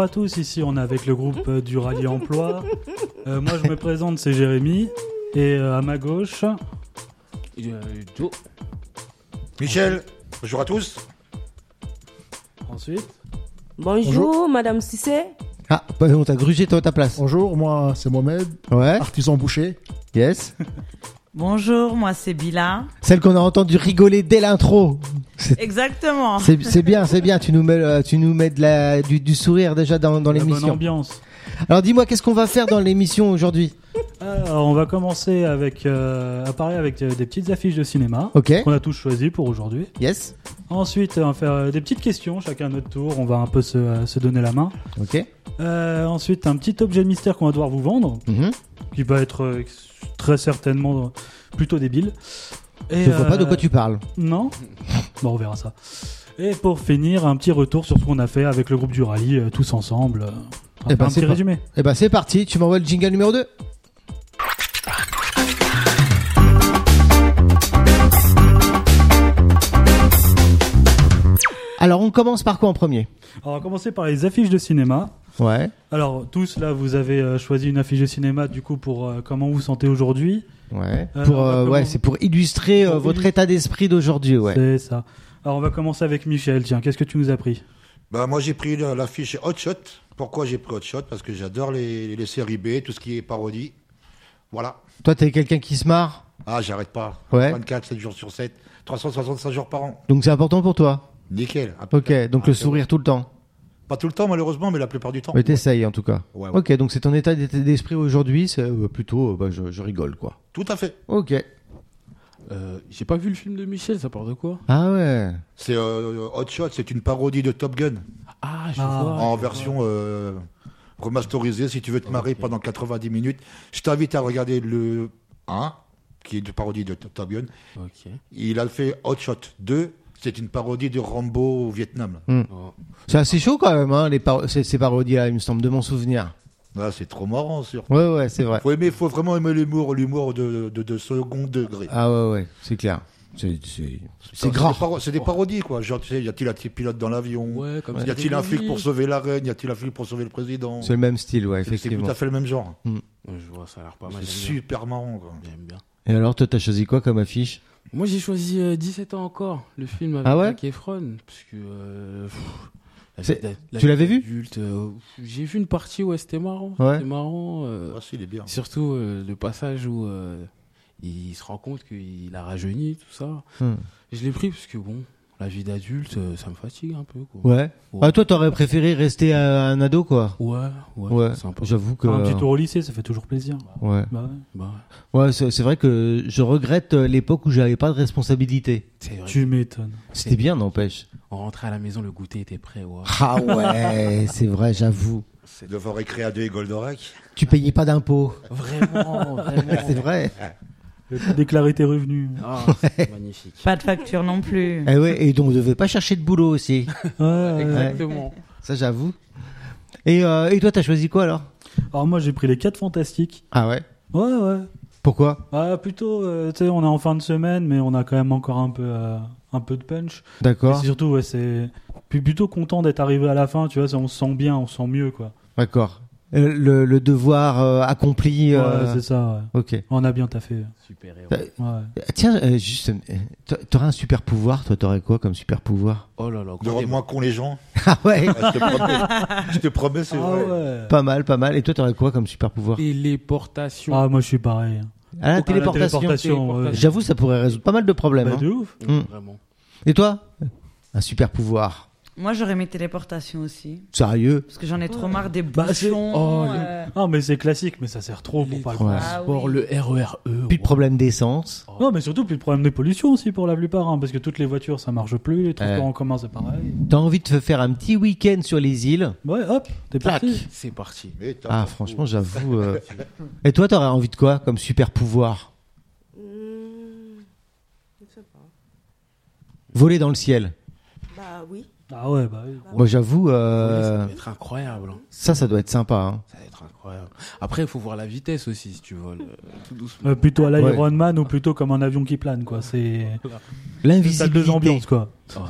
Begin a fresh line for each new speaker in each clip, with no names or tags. à tous, ici on est avec le groupe euh, du Rallye Emploi. Euh, moi je me présente, c'est Jérémy. Et euh, à ma gauche,
Michel, bonjour à tous.
ensuite,
Bonjour,
Bonjour.
Madame Cissé.
Ah, bah, on t'a grugé toi ta place.
Bonjour, moi c'est Mohamed,
Ouais,
artisan boucher.
yes.
Bonjour, moi c'est Bila.
Celle qu'on a entendu rigoler dès l'intro. C'est-
Exactement.
C'est c'est bien, c'est bien. Tu nous mets, euh, tu nous mets de la, du, du sourire déjà dans, dans
la bonne
l'émission.
ambiance.
Alors dis-moi, qu'est-ce qu'on va faire dans l'émission aujourd'hui
Alors, on va commencer avec, euh, à parler avec euh, des petites affiches de cinéma
Ok,
qu'on a tous choisies pour aujourd'hui.
yes.
Ensuite, on va faire euh, des petites questions, chacun à notre tour. On va un peu se, euh, se donner la main.
Ok.
Euh, ensuite, un petit objet mystère qu'on va devoir vous vendre,
Mhm.
qui va être euh, très certainement euh, plutôt débile. Et,
Je vois pas de quoi
euh,
tu parles.
Non Bon, on verra ça. Et pour finir, un petit retour sur ce qu'on a fait avec le groupe du rallye, euh, tous ensemble. euh,
Eh
un
ben, c'est
petit
pas-
résumé.
Eh ben c'est parti, tu m'envoies le jingle numéro 2 Alors on commence par quoi en premier
Alors, on va commencer par les affiches de cinéma.
Ouais.
Alors, tous là, vous avez euh, choisi une affiche de cinéma, du coup, pour euh, comment vous vous sentez aujourd'hui.
Ouais.
Euh,
pour
on va
euh,
comment-
ouais, c'est pour illustrer euh,
Pour
votre
illustrer.
état d'esprit d'aujourd'hui, ouais.
C'est ça. Alors, on va commencer avec Michel. Tiens, qu'est-ce que tu nous as pris
Bah, moi, j'ai pris le- l'affiche Hot Shot. Pourquoi j'ai pris Hot Shot Parce que j'adore les, les séries B, tout ce qui est parodie. Voilà.
Toi t'es quelqu'un qui se marre,
Ah, j'arrête pas.
Ouais.
24, 7 jours sur 7, 365 jours par an.
donc c'est important pour toi.
Nickel.
OK, donc
Ah, c'est
le sourire tout le temps.
Pas tout le temps, malheureusement, mais la plupart du temps.
Mais t'essayes en tout cas.
Ouais, ouais.
OK, donc c'est ton état d'état d'esprit aujourd'hui, c'est euh, plutôt euh, bah, je, je rigole quoi.
Tout à fait.
OK.
Euh, J'ai pas vu le film de Michel, ça part de quoi
Ah ouais.
C'est euh, Hot Shot, c'est une parodie de Top Gun
Ah, je
Ah.
vois.
en version euh, remasterisée. Si tu veux te marrer pendant 90 minutes, je t'invite à regarder le 1, qui est une parodie de Top Gun.
Ok.
Il a fait Hot Shot 2, c'est une parodie de Rambo au Vietnam.
C'est assez chaud quand même, hein, les paro- ces, ces parodies là, il me semble, de mon souvenir.
Là, Ah, c'est trop marrant, sûr.
Ouais, ouais, c'est vrai.
Faut aimer, faut vraiment aimer l'humour, l'humour de, de, de second degré.
Ah ouais, ouais, c'est clair. C'est- C'est c'est
des
grand.
paro- C'est des parodies, quoi. Genre, tu sais, y a-t-il un petit pilote dans l'avion
Ouais, comme ça.
Y a-t-il un flic pour sauver la reine Y a-t-il un flic pour sauver le président
C'est le même style, ouais,
C'est- C'est tout
effectivement.
à fait le même genre.
Ouais, Je vois, ça a l'air pas mal.
C'est
J'aime
super marrant, quoi.
Euh,
bien. J'aime bien.
Et alors, toi, t'as choisi quoi comme affiche
Moi, j'ai choisi euh, 17 ans encore, le film avec
Ah ouais
Zac Efron, parce que. euh, pff, la
C'est-
vie d'a- la
tu
vie
l'avais vu
d'adulte, euh, J'ai vu une partie où ouais, c'était marrant.
Ouais.
C'était marrant. euh,
Ah, si, il est bien.
Surtout euh, le passage où euh, il se rend compte qu'il a rajeuni, tout ça.
Hmm.
Je l'ai pris parce que bon, la vie d'adulte, euh, ça me fatigue un peu. Quoi.
Ouais. Ah, toi, t'aurais préféré rester euh, un ado, quoi
Ouais, ouais,
Ouais,
c'est sympa.
j'avoue que.
Un petit tour au lycée, ça fait toujours plaisir.
Ouais,
Bah ouais.
Bah ouais,
ouais c'est c'est vrai que je regrette euh, l'époque où j'avais pas de responsabilité.
c'est vrai.
Tu m'étonnes.
C'était bien, n'empêche.
On rentrait à la maison, le goûter était prêt. Ouais.
Ah ouais, c'est vrai, j'avoue.
C'est devoir récréer à deux et Goldorak.
Tu payais pas d'impôts.
Vraiment, vraiment.
C'est vrai.
Déclarer tes revenus.
Ah, c'est magnifique.
Pas de facture non plus.
Et Eh ouais, et donc, on devait pas chercher de boulot aussi.
Ouais, ouais.
Exactement.
Ça, j'avoue. Et, euh, et toi, t'as choisi quoi alors
Alors, moi, j'ai pris les 4 fantastiques.
Ah ouais
Ouais, ouais.
Pourquoi
Ah, plutôt, euh, tu sais, on est en fin de semaine, mais on a quand même encore un peu, euh, un peu de punch. Et
D'accord,
c'est surtout, ouais, c'est. Puis plutôt content d'être arrivé à la fin, tu vois, c'est- on se sent bien, on se sent mieux, quoi.
d'accord. Euh, Le, le devoir euh, accompli. euh,
Ouais, c'est ça, ouais.
ok.
On a bien taffé.
Super héros.
Euh,
Ouais.
Tiens, euh, juste, euh, t'a- t'aurais un super pouvoir, toi, t'aurais quoi comme super pouvoir
Oh là là,
De
grand
rendre
débat.
moins con les gens.
Ah ouais,
Ah, je te promets, je te promets, c'est
Ah
vrai.
ouais.
pas mal, pas mal. Et toi, t'aurais quoi comme super pouvoir
Téléportation.
Ah, moi, je suis pareil.
Ah, la
Ah,
téléportation.
ouais.
téléportation.
J'avoue, ça pourrait résoudre pas mal de problèmes.
Bah,
hein.
de ouf.
Hmm.
Vraiment.
Et toi Un super pouvoir.
Moi, j'aurais mes téléportations aussi.
Sérieux
Parce que j'en ai trop marre des
Bah, c'est-
bouchons.
oh, les-
euh,
Non, mais c'est classique, mais ça sert trop pour
Les
pas le
Ouais.
Ah oui.
Sport, le E RERE.
Plus de
ouais.
problème d'essence.
Non, mais surtout, plus de problème de pollution aussi pour la plupart, hein, parce que toutes les voitures ça marche plus, les transports
Ouais.
en commun c'est pareil.
T'as envie de te faire un petit week-end sur les îles
Ouais, hop, t'es parti.
C'est parti.
Mais t'as
Ah,
pas
franchement, j'avoue. euh. Et toi, t'aurais envie de quoi comme super pouvoir
Hmm, je sais pas.
Voler dans le ciel.
Bah oui.
Ah ouais, bah oui.
Moi, j'avoue, euh,
Ça va être incroyable. hein.
ça, ça doit être sympa. hein.
Ça va être incroyable. Après, il faut voir la vitesse aussi si tu voles. euh, tout doucement.
Euh, plutôt à
Ouais.
l'Iron Man ou plutôt comme un avion qui plane, quoi. C'est. C'est
L'invisibilité.
deux ambiances, quoi.
Ouais.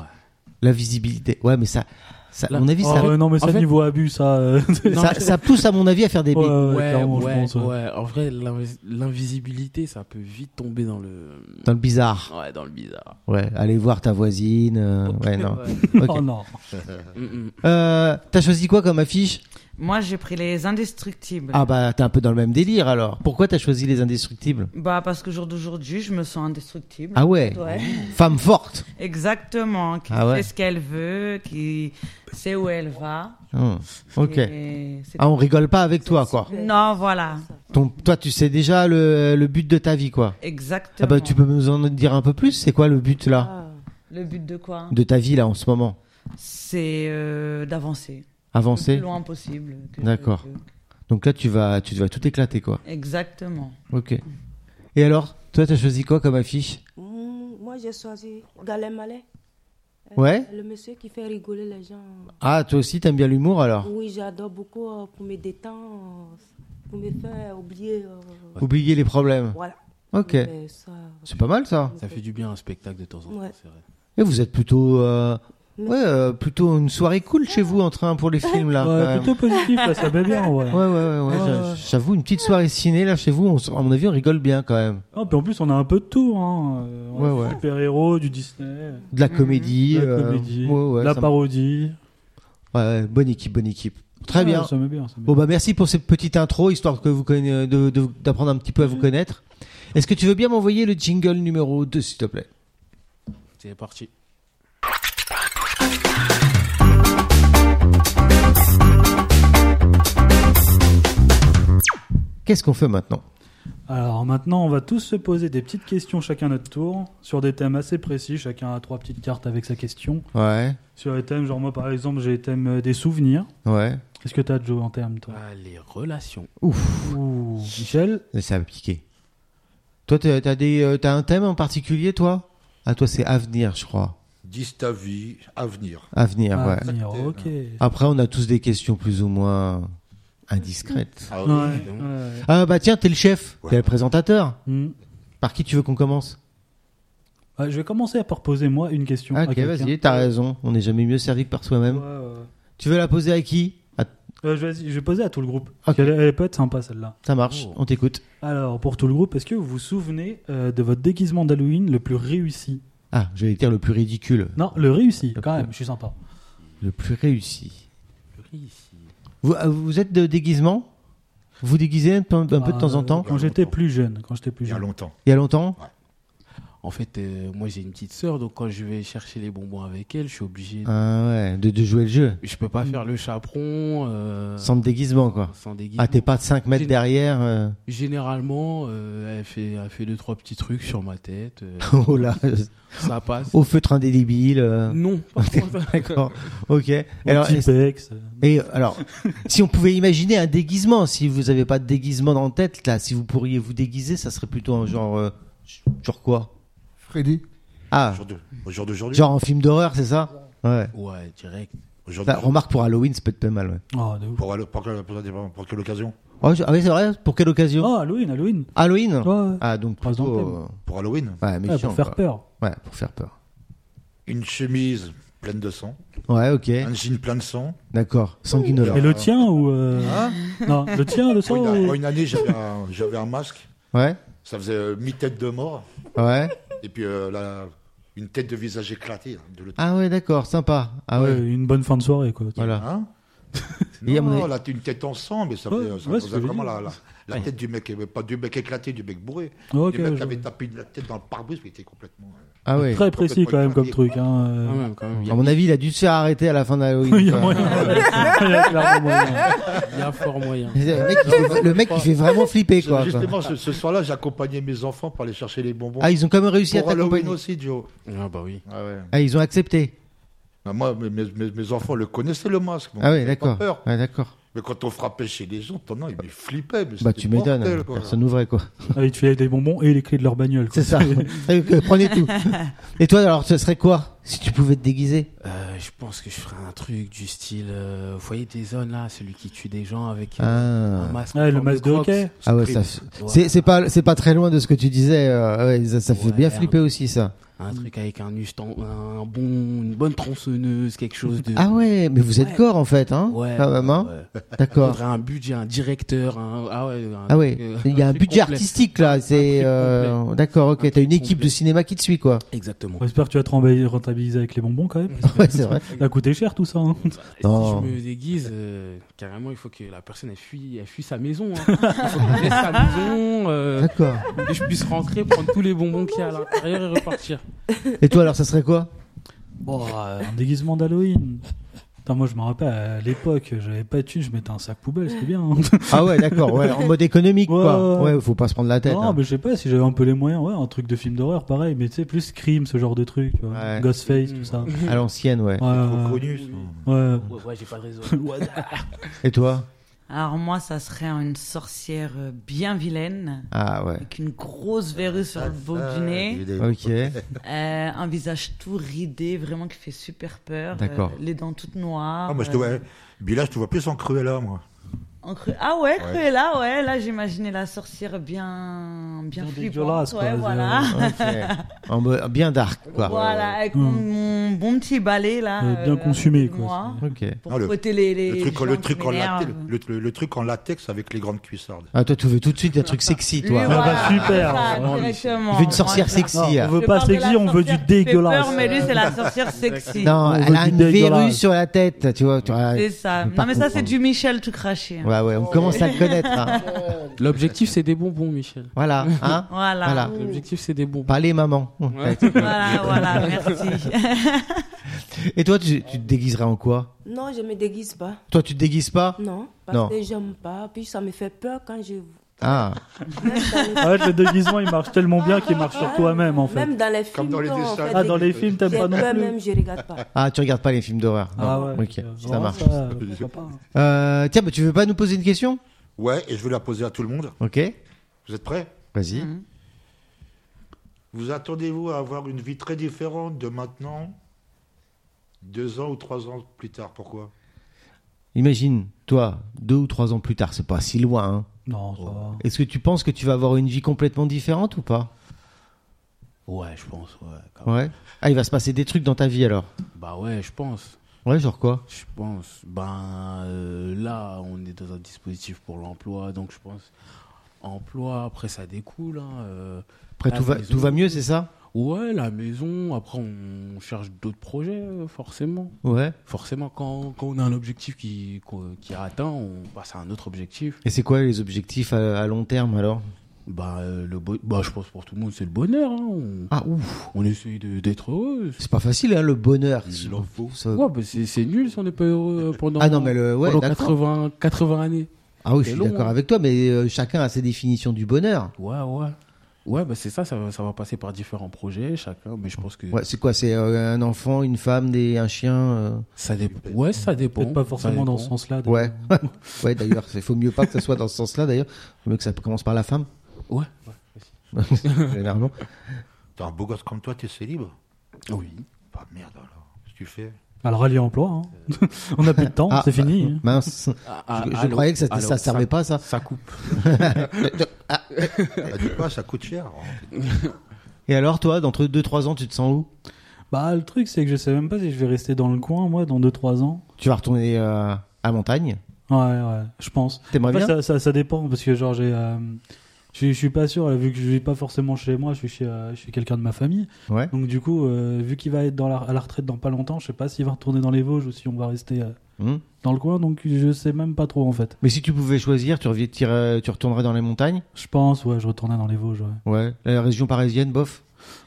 La visibilité. Ouais, mais ça, Ça, à
Là-
mon avis, ça,
Oh, ouais, non, mais
en
ça,
fait-
niveau abus, ça. euh,
Non,
ça,
mais-
ça pousse, à mon avis, à faire des
ouais,
billes.
ouais,
Ouais,
clairement,
ouais,
je pense. ouais.
ouais. En vrai, l'invis- l'invisibilité, ça peut vite tomber dans le.
Dans le bizarre.
Ouais, dans le bizarre.
Ouais, aller voir ta voisine. euh, ouais, non. Ok.
Oh non.
Mm, mm.
Euh, T'as choisi quoi comme affiche
Moi, j'ai pris les indestructibles.
Ah bah, t'es un peu dans le même délire alors. Pourquoi t'as choisi les indestructibles
Bah, parce qu'au jour d'aujourd'hui, je me sens indestructible.
Ah ouais,
Ouais.
femme forte.
Exactement. Qui
Ah ouais.
fait ce qu'elle veut, qui sait où elle va.
Hmm, Ok.
Et c'est-
Ah, on rigole pas avec toi quoi.
Non,
Ah.
voilà.
Ton, toi, tu sais déjà le, le but de ta vie quoi. Ah
Exactement.
bah, tu peux nous en dire un peu plus C'est quoi le but là
Ah,
Le but de quoi
de ta vie là en ce moment
C'est euh, d'avancer. Le
Avancer.
plus loin possible. que-
D'accord. Donc là, tu vas, tu vas tout éclater quoi.
que- Exactement.
Ok. Et alors, toi, t'as choisi quoi comme affiche
mm, moi, j'ai choisi Galem Mallet. Euh,
Ouais.
Le monsieur qui fait rigoler les gens.
Ah, toi aussi, t'aimes bien l'humour alors
Oui, j'adore beaucoup euh, pour me détendre, euh, pour me faire oublier. euh,
Oublier les problèmes.
Voilà.
Ok.
Mais ça,
C'est pas mal ça.
Ça fait du bien un spectacle de temps en temps,
Ouais.
c'est vrai.
Et vous êtes plutôt, euh,
Mais-
ouais, euh, plutôt une soirée cool chez vous en train pour les films là. quand
Ouais,
même.
plutôt positif, là, ça va bien, ouais.
Ah, Ouais, ouais, ouais. ouais,
Ouais,
j'a-
ouais.
J'avoue, une petite soirée ciné là chez vous, on s- à mon avis, on rigole bien quand même.
Non, puis en plus, on a un peu de tout. Hein. Euh, on a
Ouais,
du
ouais.
super-héros, du Disney,
De la comédie,
de la
euh,
comédie,
ouais, ouais,
la
ça me-
parodie.
ouais, ouais, bonne équipe, bonne équipe. Très
Ouais,
bien.
Ça me bien. Ça me
Bon
bien.
bah merci pour cette petite intro, histoire que vous conna- de- de- d'apprendre un petit peu à
Mhm.
vous connaître. Est-ce que tu veux bien m'envoyer le jingle numéro 2, s'il te plaît
C'est parti.
Qu'est-ce qu'on fait maintenant
Alors maintenant, on va tous se poser des petites questions chacun notre tour sur des thèmes assez précis. Chacun a trois petites cartes avec sa question.
Ouais,
Sur les thèmes, genre moi par exemple, j'ai le thème euh, des souvenirs.
ouais.
Qu'est-ce que t'as, Joe, en termes, toi
Ah, les relations.
Ouh, Michel
Mais Ça va piquer. Toi, t'as t'as des, euh, t'as un thème en particulier, toi Ah, toi, c'est avenir, je crois.
Dis ta vie, avenir.
Avenir,
Ah,
ouais.
venir, ok.
Ah
Après, on a tous des questions plus ou moins indiscrètes.
Ah
Ouais,
oui, donc.
ouais.
Ah bah tiens, t'es le chef, t'es le présentateur.
Hmm.
Par qui tu veux qu'on commence
Ah, je vais commencer par poser moi une question. à
Ah, Ok,
quelqu'un.
vas-y, t'as raison. On n'est jamais mieux servi que par soi-même.
Ouais, ouais.
Tu veux la poser à qui Ah, À
Euh, je, vais, je vais poser à tout le groupe.
Ok.
Elle, elle peut être sympa celle-là.
Ça marche,
Oh.
on t'écoute.
Alors, pour tout le groupe, est-ce que vous vous souvenez euh, de votre déguisement d'Halloween le plus réussi
Ah, j'allais dire le plus ridicule.
Non, le réussi,
Le
quand
plus-
même, je suis sympa.
Le plus réussi.
Ici.
Vous, euh, vous êtes de déguisement Vous déguisez un peu, un peu de
Ah,
temps en temps
Quand j'étais plus jeune. Quand j'étais plus
Il y a
jeune.
longtemps.
Il y a longtemps
En fait, euh, moi j'ai une petite sœur, donc quand je vais chercher les bonbons avec elle, je suis obligé.
Ah ouais, de, de jouer le jeu.
Je peux pas faire le chaperon euh,
Sans de déguisement, quoi.
sans déguisement.
Ah, t'es pas 5 mètres
J'ai-
derrière euh,
Généralement, euh, elle fait, elle fait deux trois petits trucs sur ma tête. euh,
Oh là,
ça passe.
au feutre indélébile. euh,
Non. par contre.
D'accord. Ok.
Alors,
Alors, est-ce-
euh,
et alors, si on pouvait imaginer un déguisement, si vous avez pas de déguisement en tête, là, si vous pourriez vous déguiser, ça serait plutôt un genre, euh, genre quoi
Freddy.
Ah,
Au jour de- Au jour d'aujourd'hui.
genre un film d'horreur, c'est ça Ouais.
Ouais, direct.
Aujourd'hui,
Ça, remarque pour Halloween, ça peut être pas mal. Ouais.
Oh, de ouf.
Pour, aller- pour, quelle- pour, quelle occasion
Oh, je- Ah oui, c'est vrai. Pour quelle occasion
Oh, Halloween, Halloween.
Halloween.
Ouais, ouais.
Ah donc
Par
plutôt.
exemple.
Pour Halloween
euh, Ouais, mais
Ouais, pour faire peur.
Ouais, pour faire peur.
Une chemise pleine de sang,
Ouais, ok.
un jean plein de sang.
D'accord. Sanguinolent.
Et le tien ou. euh, Non, le tien, le sang
Pour une,
ou-
une année, j'avais un, j'avais un masque.
Ouais.
Ça faisait euh, mi-tête de mort.
Ouais.
Et puis euh, la- une tête de visage éclatée. hein, De l'autre.
Ah ouais, d'accord. Sympa. Ah ouais.
Ouais, Une bonne fin de soirée, quoi.
Voilà.
Hein
Et à mon
non,
avis-
là, t'as une tête en sang, mais ça
Ouais,
faisait, ça
ouais, c'est
faisait
ce que
vraiment
je
la, la, la tête du mec, euh, pas du mec éclaté, du mec bourré.
Ok,
du mec
je-
qui avait tapé de la tête dans le pare-brise, mais il était complètement. euh,
Ah ouais.
Très précis, quand même, comme truc. hein, euh.
Ah
Quand même, Ah quand même. Il y
À
a,
mon avis, il a dû se faire arrêter à la fin d'Halloween.
Il y a
quoi.
moyen. Il y a clairement moyen.
il y a fort moyen.
Le mec, qui fait, le mec qui fait vraiment flipper quoi. quoi.
Justement, ce, ce soir-là, j'accompagnais mes enfants pour aller chercher les bonbons.
Ah, ils ont quand même réussi à
pour Halloween
t'accompagner.
aussi, Joe.
Ah bah oui.
Ah ouais.
Ah, ils ont accepté.
Ah, moi, mes, mes- mes- mes enfants le connaissaient le masque. donc
Ah
ils
ouais,
avaient pas
d'accord.
peur.
Ouais, d'accord.
Mais quand on frappait chez les gens, t'en as, ils flippaient. mais
Bah
c'était
tu m'étonnes.
mortel,
hein.
quoi.
Personne n'ouvrait quoi.
Ah,
Eh,
ils te filaient des bonbons et les clés de leur bagnole. quoi.
C'est ça. Euh, Prenez tout. Et toi alors, ce serait quoi Si tu pouvais te déguiser
Euh, je pense que je ferais un truc du style. euh, vous voyez Jason là, celui qui tue des gens avec euh,
Ah,
un masque. en
Ah, le
forme de
masque de
crocs.
hockey
Ah ouais, ça, c'est, c'est pas, c'est pas très loin de ce que tu disais. euh, ouais, ça, ça fait
Ouais,
bien
merde.
flipper aussi, ça.
Un truc avec un, ustan- un bon, une bonne tronçonneuse, quelque chose de.
Ah ouais, mais vous êtes
Ouais.
gore en fait, hein
Ouais.
Quand même, hein
ouais.
D'accord.
Faudrait un budget, un directeur. Un... Ah ouais. un
Ah
truc,
ouais,
euh,
il y a un
truc
budget
complet.
artistique là. C'est
truc
euh, d'accord, ok.
Un
T'as une
truc
équipe de
complet.
cinéma qui te suit, quoi.
Exactement.
J'espère que tu vas te remballer- rentabiliser avec les bonbons quand même.
Ouais, c'est vrai.
Mm.
Ça a coûté cher tout ça. hein.
Non.
Si je me déguise, euh, carrément, il faut que la personne elle fuit, elle fuit sa maison. hein. Il faut que laisse sa maison, euh,
D'accord.
que je puisse rentrer, prendre tous les bonbons qu'il y a à l'intérieur et repartir.
Et toi, alors, ça serait quoi
Bon, euh, un déguisement d'Halloween. Putain, moi je me rappelle à l'époque, j'avais pas de thunes, je mettais un sac poubelle, c'était bien. hein.
Ah ouais, d'accord. Ouais, en mode économique, quoi.
Ouais, ouais.
Ouais, faut pas se prendre la tête.
non,
hein.
mais je sais pas si j'avais un peu les moyens, ouais, un truc de film d'horreur pareil, mais tu sais, plus Scream, ce genre de truc, tu vois.
Ouais.
Ghostface, tout ça.
À l'ancienne, ouais.
Ouais,
Mm. Trop connu, ça.
ouais.
Ouais, ouais, j'ai pas de réseau.
Et toi
Alors moi, ça serait une sorcière euh, bien vilaine,
Ah ouais.
avec une grosse verrue sur le bout
Ah,
du nez,
Euh, évidemment.
Ok.
Ah,
euh, un visage tout ridé, vraiment qui fait super peur,
D'accord.
euh, les dents toutes noires.
Ah, moi, je te
euh,
vois. Bila, je te vois plus en Cruella, moi.
en cru- Ah ouais, Cruella, ouais, là j'imaginais la sorcière bien,
Bien
bien flippante,
dégueulasse, quoi, euh,
ouais,
c'est-
voilà.
Ok. En mode bien dark, quoi.
Voilà, avec
Hmm.
mon, mon bon petit balai là.
Euh, bien
euh,
consumé,
avec
quoi,
moi,
Ok.
Pour
Ah, le-
fouetter les, les
Le truc,
gens
le,
qui
truc en latex,
m'énervent.
le, le- le truc en latex avec les grandes cuissardes.
Ah toi, tu veux tout de suite un truc sexy, toi.
Lui,
bah,
voilà,
super.
ça,
Vraiment, lui.
directement.
Tu veux une sorcière
Voilà.
sexy.
Non,
hein.
on veut
Je
pas
parle de la
sexy, on veut du
sorcière qui fait
dégueulasse.
Peur, mais lui, c'est la sorcière sexy.
Non,
On
elle
veut
a
du
une
dégueulasse.
verrue sur la tête, tu vois. tu vois.
C'est ça.
Par
Non, mais ça,
contre,
c'est du Michel tout craché. hein.
Ouais, ouais, on commence à le connaître. hein.
L'objectif, c'est des bonbons, Michel.
Voilà, hein.
Voilà.
Voilà.
Mm. Hmm.
L'objectif, c'est des bonbons.
Pas les mamans.
Ouais.
Voilà, voilà, merci.
Et toi, tu, tu te déguiserais en quoi
Non, je me déguise pas.
Toi, tu te déguises pas
Non, parce
Non.
que j'aime pas. Puis ça me fait peur quand je.
Ah,
Même dans les,
En fait, le déguisement il marche tellement bien qu'il marche sur toi-même en fait.
Même dans les films.
Comme dans les
quand on
dessins.
fait
Ah,
des-
dans les films, t'aimes
J'ai
pas non
peur
plus
même, je regarde pas.
ah, tu regardes pas les films d'horreur. non.
Ah ouais.
Ok,
euh,
ça
vraiment,
marche.
ça, pourquoi pas.
Euh, tiens, mais tu veux pas nous poser une question
Ouais, et je vais la poser à tout le monde.
Ok,
Vous êtes prêts
vas-y.
Mhm.
Vous attendez-vous à avoir une vie très différente de maintenant, deux ans ou trois ans plus tard Pourquoi
Imagine, toi, deux ou trois ans plus tard, c'est pas si loin. hein.
Non, ça va.
Est-ce que tu penses que tu vas avoir une vie complètement différente ou pas
Ouais, je pense. Ouais, quand même.
Ouais. Ah, il va se passer des trucs dans ta vie alors.
Bah ouais, je pense.
Ouais, genre quoi
Je pense. Ben euh, là, on est dans un dispositif pour l'emploi, donc je pense. Emploi, après ça découle. hein, euh,
Après,
Ah,
tout va,
mais ils
tout
ont-
va mieux, c'est ça
Ouais, la maison. Après, on cherche d'autres projets, euh, forcément.
Ouais.
Forcément, quand, quand on a un objectif qui, qu'on- qui est atteint, on passe à un autre objectif.
Et c'est quoi les objectifs à, à long terme alors
Bah, euh, le bo- bah, je pense pour tout le monde, c'est le bonheur. hein. On,
Ah, ouf
on essaye de- d'être heureux.
C'est pas facile, hein, le bonheur.
Il en faut.
Ça-
Ouais, bah, c'est c'est nul si on n'est pas heureux euh, pendant,
Ah non, mais le. Ouais,
pendant
d'accord.
80, 80 années.
Ah oui,
C'est
je suis
long,
d'accord
hein.
avec toi, mais euh, chacun a ses définitions du bonheur.
Ouais, ouais. Ouais, bah c'est ça, ça va, ça va passer par différents projets, chacun, mais je pense que
Ouais, c'est quoi C'est euh, un enfant, une femme, des, un chien euh,
ça dépend. Ouais, ça dépend.
Peut-être pas
Ça
forcément dans
dépend.
ce sens-là. d'ailleurs.
Ouais. ouais, d'ailleurs, il faut mieux pas que ça soit dans ce sens-là, d'ailleurs. Il faut mieux que ça commence par la femme,
Ouais.
généralement.
T'es un beau gosse comme toi, t'es célib
Oui.
Bah merde alors, qu'est-ce que tu fais
Alors, rallier emploi, hein. on a plus de temps,
Ah,
c'est fini. hein.
Mince.
Ah,
je je
allô,
croyais que ça,
allô,
ça servait pas, ça.
Ça coupe.
Bah dis pas, ça coûte cher.
Et alors, toi, d'entre 2-3 ans, tu te sens où
Bah, le truc, c'est que je sais même pas si je vais rester dans le coin, moi, dans 2-3 ans.
Tu vas retourner euh, à montagne
Ouais, ouais, je pense.
T'aimerais
Après,
bien
ça, ça, ça dépend, parce que, genre, j'ai. euh, je, suis- je suis pas sûr, là, vu que je vis pas forcément chez moi, je suis chez, euh, je suis quelqu'un de ma famille.
Ouais.
Donc, du coup, euh, vu qu'il va être dans la, à la retraite dans pas longtemps, je sais pas s'il va retourner dans les Vosges ou si on va rester euh,
Hum.
dans le coin, donc je sais même pas trop, en fait.
Mais si tu pouvais choisir, tu, reviens- tu irais- tu retournerais dans les montagnes
Je pense, ouais, je retournerai dans les Vosges, ouais.
Ouais. La région parisienne, bof.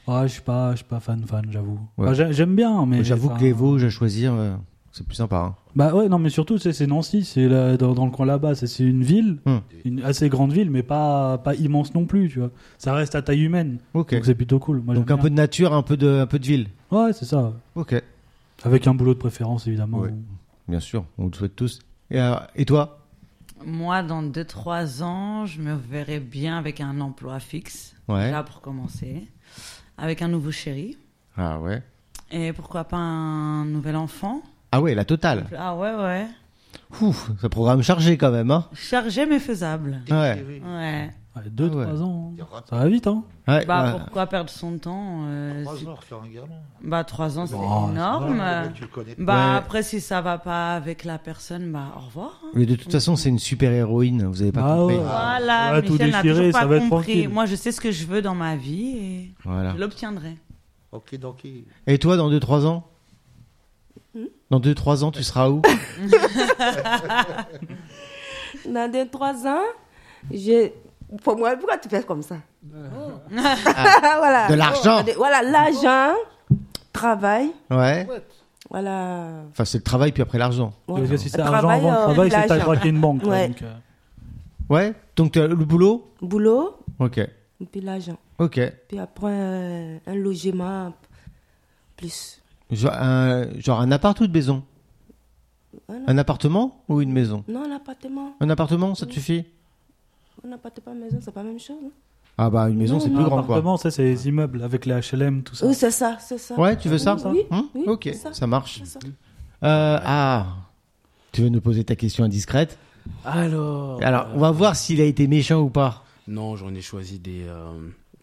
Ouais, je suis pas, je suis pas fan, fan, j'avoue.
Ouais.
Bah, j'ai- J'aime bien, mais.
J'avoue
enfin,
que les Vosges à choisir, euh, c'est plus sympa. hein.
Bah ouais, non, mais surtout, tu sais, c'est Nancy, c'est là, dans, dans le coin là-bas, c'est c'est une ville,
Hmm.
une assez grande ville, mais pas, pas immense non plus, tu vois. Ça reste à taille humaine,
Ok.
donc c'est plutôt cool. Moi,
Donc
j'aime
un peu de nature, un peu de, un peu de ville.
bien. Ouais, c'est ça.
Ok.
Avec un boulot de préférence, évidemment.
Ouais. Bien sûr, on le souhaite tous. Et, euh, et toi
Moi, dans 2-3 ans, je me verrai bien avec un emploi fixe.
Ouais.
Là, pour commencer. Avec un nouveau chéri.
Ah ouais.
Et pourquoi pas un nouvel enfant
Ah ouais, la totale.
Ah ouais, ouais.
Ouf, c'est un programme chargé quand même. Hein
Chargé mais faisable.
ouais.
Ouais.
Ouais, deux,
Ah ouais.
trois ans.
Il y
hein.
aura-
Ça va vite, hein
Ouais,
Bah
ouais.
pourquoi perdre son temps euh,
Trois
si-
ans, faire un gamin.
Bah trois ans c'est
Bon,
énorme.
Ah, tu le connais pas.
Bah
Ouais.
après si ça va pas avec la personne, bah au revoir. hein.
Mais de toute façon, c'est une super héroïne, vous avez pas
Ah
compris.
ouais.
Voilà,
ça va tout
Michel n'a
déchirer,
toujours
ça
pas
va être
compris.
tranquille.
Moi je sais ce que je veux dans ma vie et
Voilà.
je l'obtiendrai.
Ok, donc. il-
Et toi, dans 2-3 ans Dans 2-3 ans, tu seras où
Dans deux, trois ans, je... pour moi, pourquoi tu fais comme ça voilà.
De l'argent.
Voilà, l'argent, travail,
Ouais.
voilà.
Enfin, c'est le travail, puis après l'argent.
Parce que si c'est argent
Travail,
avant
euh,
travail, c'est à
l'argent.
braquer une banque. quoi,
Ouais.
donc, euh,
Ouais Donc, t'as le boulot
Boulot,
Ok.
et puis l'argent.
Ok.
Puis après, euh, un logement, plus.
Genre un, genre un appart ou une maison
Voilà.
Un appartement ou une maison
Non, un appartement.
Un appartement, ça te suffit
Un appartement, maison, c'est pas la même chose. hein.
Ah bah, une maison, c'est
un
plus grand, quoi.
appartement, ça, c'est les immeubles avec les HLM, tout ça.
Oui, c'est ça, c'est ça.
Ouais, tu veux ça
Oui,
Hein
oui,
Ok,
ça.
ça marche.
C'est ça.
Euh, ah Tu veux nous poser ta question indiscrète
Alors.
Alors, euh, on va voir s'il a été méchant ou pas.
Non, j'en ai choisi des. euh,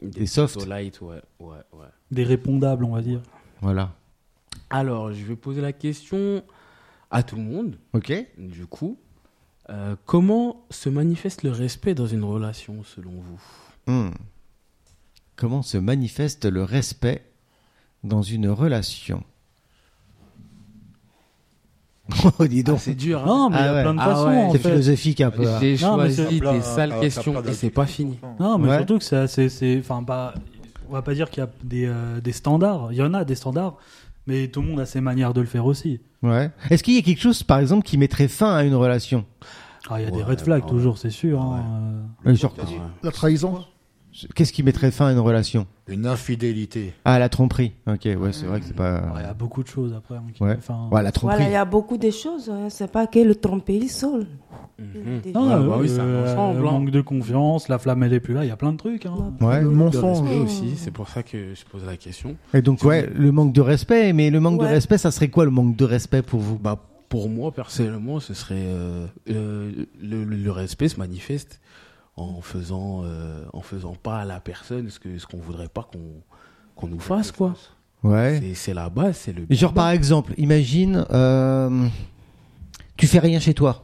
Des softs.
plutôt light, ouais, ouais, ouais.
Des répondables, on va dire.
Voilà.
Alors, je vais poser la question à tout le monde,
Ok
du coup. Euh, comment se manifeste le respect dans une relation, selon vous
Hmm. Comment se manifeste le respect dans une relation Oh, dis donc,
Ah, C'est dur. hein. Bah,
Non, mais il y
Ah
a
ouais.
plein de
Ah
façons,
ouais.
en
c'est
fait.
philosophique un peu. hein.
J'ai
Non, mais
choisi
c'est-
des sales
Ah, t'as
questions
plein
et c'est pas fini.
Non, mais
Ouais.
surtout que c'est assez. c'est- Enfin, bah, on va pas dire qu'il y a des, euh, des standards. Il y en a des standards, mais tout le monde a ses manières de le faire aussi.
Ouais. Est-ce qu'il y a quelque chose, par exemple, qui mettrait fin à une relation
Ah, il y a des
Ouais,
red flags,
ouais.
toujours, c'est sûr. hein.
Euh, genre,
La trahison
Qu'est-ce qui mettrait fin à une relation
Une infidélité.
Ah, la tromperie. Ok, ouais, c'est vrai que c'est
Euh, ouais, Il
pas.
y a beaucoup de choses après. hein, qui-
Ouais.
enfin,
Ouais, la
Voilà,
tromperie.
il y a beaucoup de choses. hein. C'est pas que le tromper seul. Des-
Non,
Ouais,
euh,
bah oui, ça
euh,
ressemble, hein.
manque de confiance, la flamme elle est plus là, il y a plein de trucs. hein.
Ouais.
Le
Le
mensonge.
respect aussi, c'est pour ça que je pose la question.
Et donc, ouais, le manque de respect. Mais le manque de
Ouais.
respect, ça serait quoi le manque de respect pour vous
Bah, pour moi, personnellement, ce serait. euh, euh, le, le- le respect se manifeste en faisant, euh, en faisant pas à la personne ce qu'on ce qu'on voudrait pas qu'on qu'on nous fasse, quoi.
Ouais.
C'est- C'est la base, c'est le.
Mais Genre par exemple, imagine, euh, tu fais rien chez toi.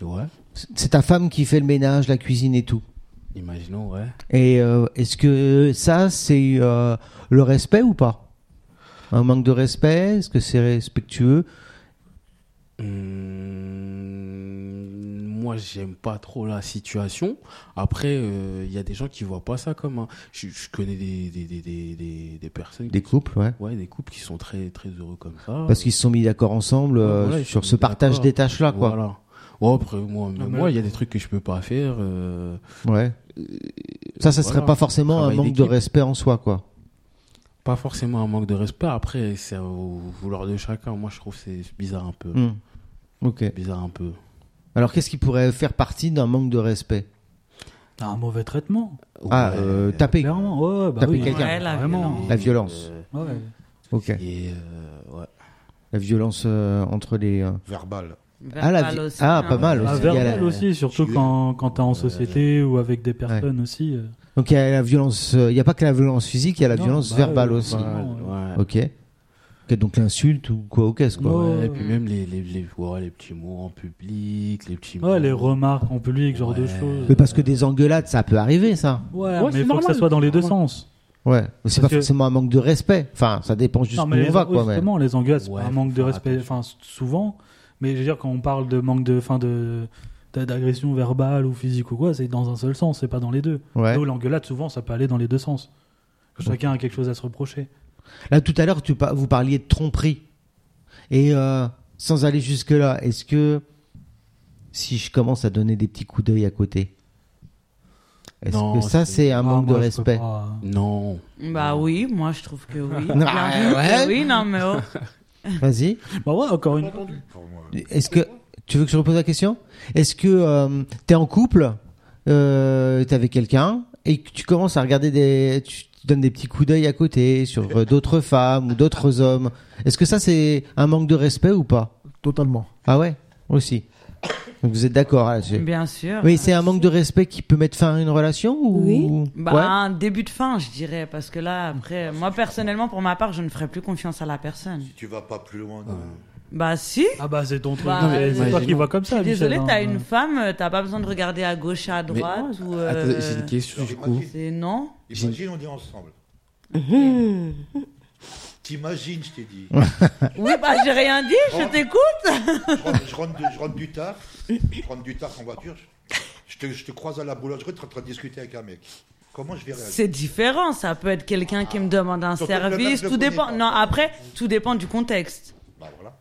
Ouais,
C'est ta femme qui fait le ménage, la cuisine et tout.
imaginons, ouais.
Et euh, est-ce que ça, c'est euh, le respect ou pas Un manque de respect Est-ce que c'est respectueux
Hum, Moi, j'aime pas trop la situation. Après, euh, il y a des gens qui voient pas ça comme un. Je, je connais des, des, des, des, des- des personnes.
Des couples, ouais.
Ouais, des couples qui sont très, très heureux comme ça.
Parce qu'ils se sont mis d'accord ensemble euh,
Voilà, ils
sur
sont
ce
mis
partage
d'accord.
des tâches-là, quoi.
Voilà. Ouais, après, moi, mais
Non, Ah, mais
moi,
là-
il y a des trucs que je peux pas faire. euh,
Ouais. Ça, ça serait
voilà.
pas forcément un
Travail
manque de
d'équipe.
respect en soi, quoi.
Pas forcément un manque de respect. Après, c'est au vouloir de chacun. Moi, je trouve que c'est bizarre un peu.
Hmm. Ok.
Bizarre un peu.
Alors, qu'est-ce qui pourrait faire partie d'un manque de respect
T'as un mauvais traitement,
Ah,
Ouais,
euh, taper.
clairement. Ouais, bah
Taper
oui,
quelqu'un.
ouais,
Ouais, la
vraiment.
La violence.
euh,
Ouais.
Ok.
et, euh, ouais.
La violence euh, entre les. euh,
Verbal.
Ah, la
Verbal
vi-
aussi,
ah,
hein.
pas mal
Ah,
aussi. Il y a Euh,
verbal
la-
aussi, surtout
je-
quand, quand t'es en société ou avec des personnes aussi. euh.
Donc il y a la violence, euh, il n'y a pas que la violence physique, il y a la
Non,
violence
bah,
verbale
euh,
aussi.
bah,
Ouais.
Ok. Ok, donc l'insulte ou quoi au caisse quoi.
Ouais.
Ouais, et puis même les, les, les, ouais, les petits mots en public, les petits mots.
Ouais, les remarques en public, genre de
Ouais.
choses.
Mais parce que des engueulades, ça peut arriver, ça.
Ouais,
Ouais,
mais
c'est
faut que
normal.
ça soit dans les deux sens.
Ouais. Mais
Parce
C'est pas
que-
forcément un manque de respect. Enfin, ça dépend jusqu'où
Non, mais
on va, quoi. mais-
justement, les engueulades, c'est
Ouais,
pas un manque de
faut faire
respect,
attention.
enfin, s- souvent. Mais je veux dire, quand on parle de manque de, fin de, d'a- d'agression verbale ou physique ou quoi, c'est dans un seul sens, c'est pas dans les deux.
Ouais.
Nous, l'engueulade, souvent, ça peut aller dans les deux sens. Chacun a quelque chose à se reprocher.
Là, tout à l'heure, tu par- vous parliez de tromperie. Et euh, sans aller jusque-là, est-ce que si je commence à donner des petits coups d'œil à côté, est-ce
Non,
que ça,
c'est-
c'est un
Ah,
manque
moi,
de
je peux
respect
pas.
Non.
Bah oui, moi je trouve que oui.
Non,
Clairement
ouais.
que Oui, non mais oh.
Vas-y.
Bah ouais, encore une fois.
Pour moi.
Est-ce que tu veux que je repose la question Est-ce que euh, t'es en couple, euh, t'es avec quelqu'un et que tu commences à regarder des, tu, tu donnes des petits coups d'œil à côté sur euh, d'autres femmes ou d'autres hommes. Est-ce que ça, c'est un manque de respect ou pas
Totalement.
Ah ouais Aussi. Donc vous êtes d'accord hein, là-dessus
Bien sûr.
Oui, c'est un manque de respect qui peut mettre fin à une relation ou...
Oui.
Bah,
Ouais.
un début de fin, je dirais, parce que là, après, moi personnellement, pour ma part, je ne ferai plus confiance à la personne.
Tu vas pas plus loin. de-
Bah si.
Ah bah c'est ton truc,
Bah,
c'est- c'est toi
imaginons.
qui vois comme ça.
Désolé,
Michel, hein.
t'as une femme, euh, t'as pas besoin de regarder à gauche, à
Mais-
droite ou. euh,
Attends, j'ai une question du coup.
C'est non.
Imagine, on est ensemble. T'imagines, je t'ai dit.
Oui, bah j'ai rien dit, je t'écoute.
Je rentre, je rentre de- je rentre du taf, je rentre du taf en voiture, je- je te, je te croise à la boulangerie, tu es en train de discuter avec un mec. Comment je vais réagir
C'est différent, ça peut être quelqu'un qui me demande un
Surtout que le mec
service,
le
tout
connaît
dépend.
pas.
Non, après, tout dépend du contexte.
Bah voilà.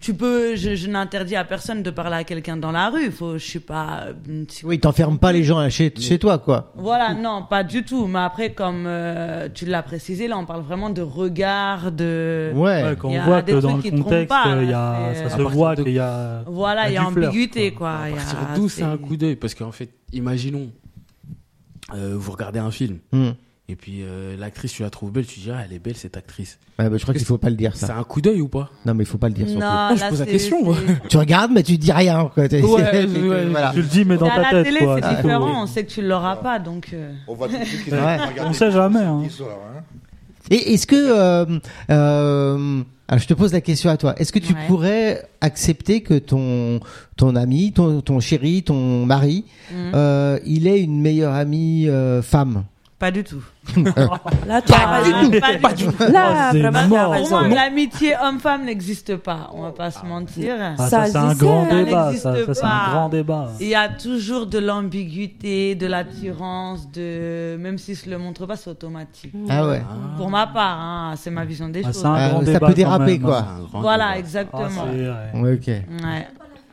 Tu peux, je, je n'interdis à personne de parler à quelqu'un dans la rue. Faut, je suis pas. euh, une psycho-
Oui, t'enfermes pas les gens à chez, chez toi, quoi.
Voilà, non, pas du tout. Mais après, comme euh, tu l'as précisé, là, on parle vraiment de regard, de.
Ouais.
Ouais, quand
Il y
on
a
voit
des
que
trucs
dans le
qui trompent
contexte,
pas,
euh, il y
là,
a,
c'est-
ça
À
se
partir
voit
de-
qu'il y a.
Voilà, il y a
du flirt,
ambiguïté, quoi.
À
Il y a-
partir d'où c'est un coup d'œil Parce qu'en fait, imaginons, euh, vous regardez un film,
Hmm.
et puis euh, l'actrice, tu la trouves belle, tu dis, ah, elle est belle cette actrice.
Ouais, bah, je crois qu'il faut pas le dire
C'est
ça.
un coup d'œil ou pas
Non, mais il faut pas le dire surtout.
Non,
je
là,
pose la
c'est-
question, moi.
c'est-
Tu regardes, mais tu dis rien. Quoi. T'es-
Ouais,
c'est-
ouais,
voilà.
Tu le dis, mais dans
Mais à
ta
la
tête,
télé,
quoi.
c'est
Ah,
différent.
oui.
On sait que tu l'auras pas, donc. euh,
On va tout de suite
Ouais.
regarder
On sait jamais, hein.
10 heures, hein.
Et est-ce que. euh, euh, alors, je te pose la question à toi. Est-ce que tu
Ouais.
pourrais accepter que ton, ton ami, ton, ton chéri, ton mari,
Mm.
euh, il ait une meilleure amie euh, femme
Pas du tout.
Là, tu
Bah,
as
Ah,
raison.
pas du tout.
Ah,
Là,
c'est
vraiment, tu as
mort.
Pour moi,
raison.
l'amitié homme-femme n'existe pas. On va pas se mentir.
Ah, ça,
Ça,
c'est un
je
grand
sais, ça
débat. Ça,
n'existe
ça, c'est
pas.
un grand débat.
Il y a toujours de l'ambiguïté, de l'attirance, de même s'ils se le montrent pas, c'est automatique.
Ah ouais.
Pour ma part, hein, c'est ma vision des
Ah,
choses.
c'est un
Ah,
grand
ça
débat.
peut
quand
déraper,
même.
quoi.
Un grand
Voilà,
débat.
Ah,
exactement.
c'est- ouais.
Ok.
Ouais,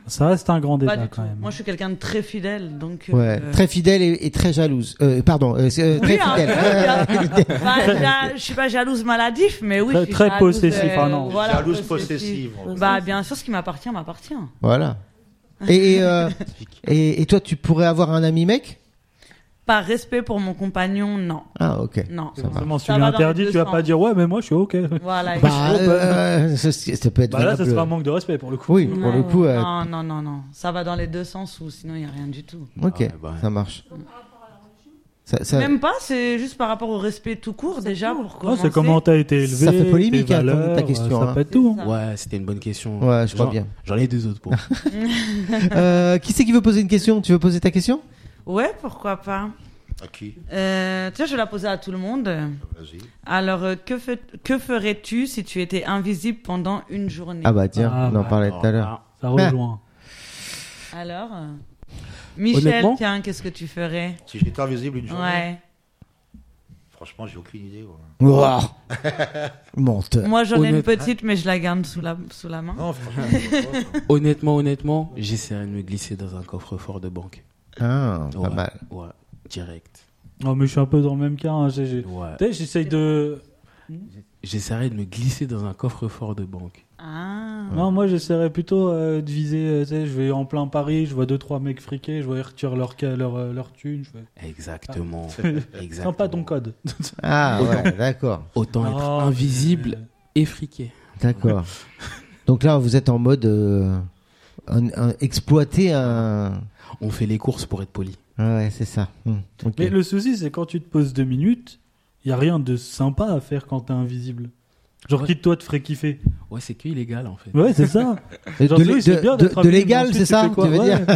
Ça reste un grand
pas
débat
du tout.
quand même.
Moi, je suis quelqu'un de très fidèle, donc. euh,
Ouais. Très fidèle et, et très jalouse. Euh, pardon, euh, c'est, euh,
Oui, hein.
très
un peu,
fidèle.
bien sûr. Bah, ja- je suis pas jalouse maladif, mais oui.
Très-
je suis
très
jalouse, euh,
possessif, ah non.
voilà,
Jalouse possessive.
Bah, bien sûr, ce qui m'appartient m'appartient.
voilà. Et, et, euh, et, et toi, tu pourrais avoir un ami mec
Par respect pour mon compagnon, non.
Ah, ok.
Non.
Ça va.
Seulement, si tu
Ça
lui
va dans les
interdis,
deux
tu vas
sens.
pas dire ouais, mais moi je suis ok.
Voilà.
Bah, euh, ça, ça peut être
Bah là, ça
valable.
sera un manque de respect pour le coup.
Oui, pour le coup, euh,
Non, non, non, non. Ça va dans les deux sens ou sinon il n'y a rien du tout.
ok,
Ouais, bah ouais.
ça marche. Ça, ça-
Même pas, c'est juste par rapport au respect tout court déjà. Pour
Non,
commencer.
c'est comment t'as été élevé.
Ça fait polémique,
tes
hein, ton- ta
valeurs,
question,
Ça
hein.
peut être tout. hein.
Ouais, c'était une bonne question.
Ouais, je crois
J'en-
bien.
J'en ai deux autres pour.
Euh, qui c'est qui veut poser une question Tu veux poser ta question
Ouais, pourquoi pas.
À qui
Euh, tu vois, je vais la poser à tout le monde.
Vas-y.
Alors, euh, que, fais- que ferais-tu si tu étais invisible pendant une journée
Ah bah tiens,
Ah
on en
bah.
parlait tout à l'heure.
Ah,
Ça rejoint.
Alors euh, Michel,
Honnêtement
tiens, qu'est-ce que tu ferais
Si j'étais invisible une journée,
Ouais.
franchement, j'ai aucune idée. quoi.
Wouah Menteur.
Moi, j'en ai une
Honnête-
petite, mais je la garde sous la, sous la main.
Non, franchement, je sais pas, quoi.
Honnêtement, honnêtement, j'essaierais de me glisser dans un coffre-fort de banque.
Ah,
Ouais,
pas mal.
Ouais, direct.
Non, mais je suis un peu dans le même cas. hein, j'ai- j'ai-
Ouais.
Tu sais, j'essaye de.
J'essaierais de me glisser dans un coffre-fort de banque.
Ah.
Non, moi j'essaierais plutôt euh, de viser. euh, tu sais, je vais en plein Paris, je vois deux trois mecs friqués, je vois ils retirent leur, ca- leur, euh, leur thune. Je fais,
Exactement. Exactement.
Sympa Ah. ton Ah, code.
Ah ouais, d'accord,
Autant être
Non,
invisible et friqué.
d'accord. Donc là, vous êtes en mode euh, un- un- exploiter un.
On fait les courses pour être poli.
Ouais, c'est ça. Hmm, ok.
Mais le souci, c'est quand tu te poses deux minutes, il y a rien de sympa à faire quand t'es invisible. Genre,
Ouais.
quitte-toi de ferais kiffer.
Ouais, c'est que illégal en fait.
Ouais, c'est ça.
Euh, De,
Genre,
de-
oui, c'est
de-
bien
de-
d'être
de
invisible,
légal,
ensuite,
c'est
tu
ça
fais quoi
Tu veux
Ouais.
dire
Y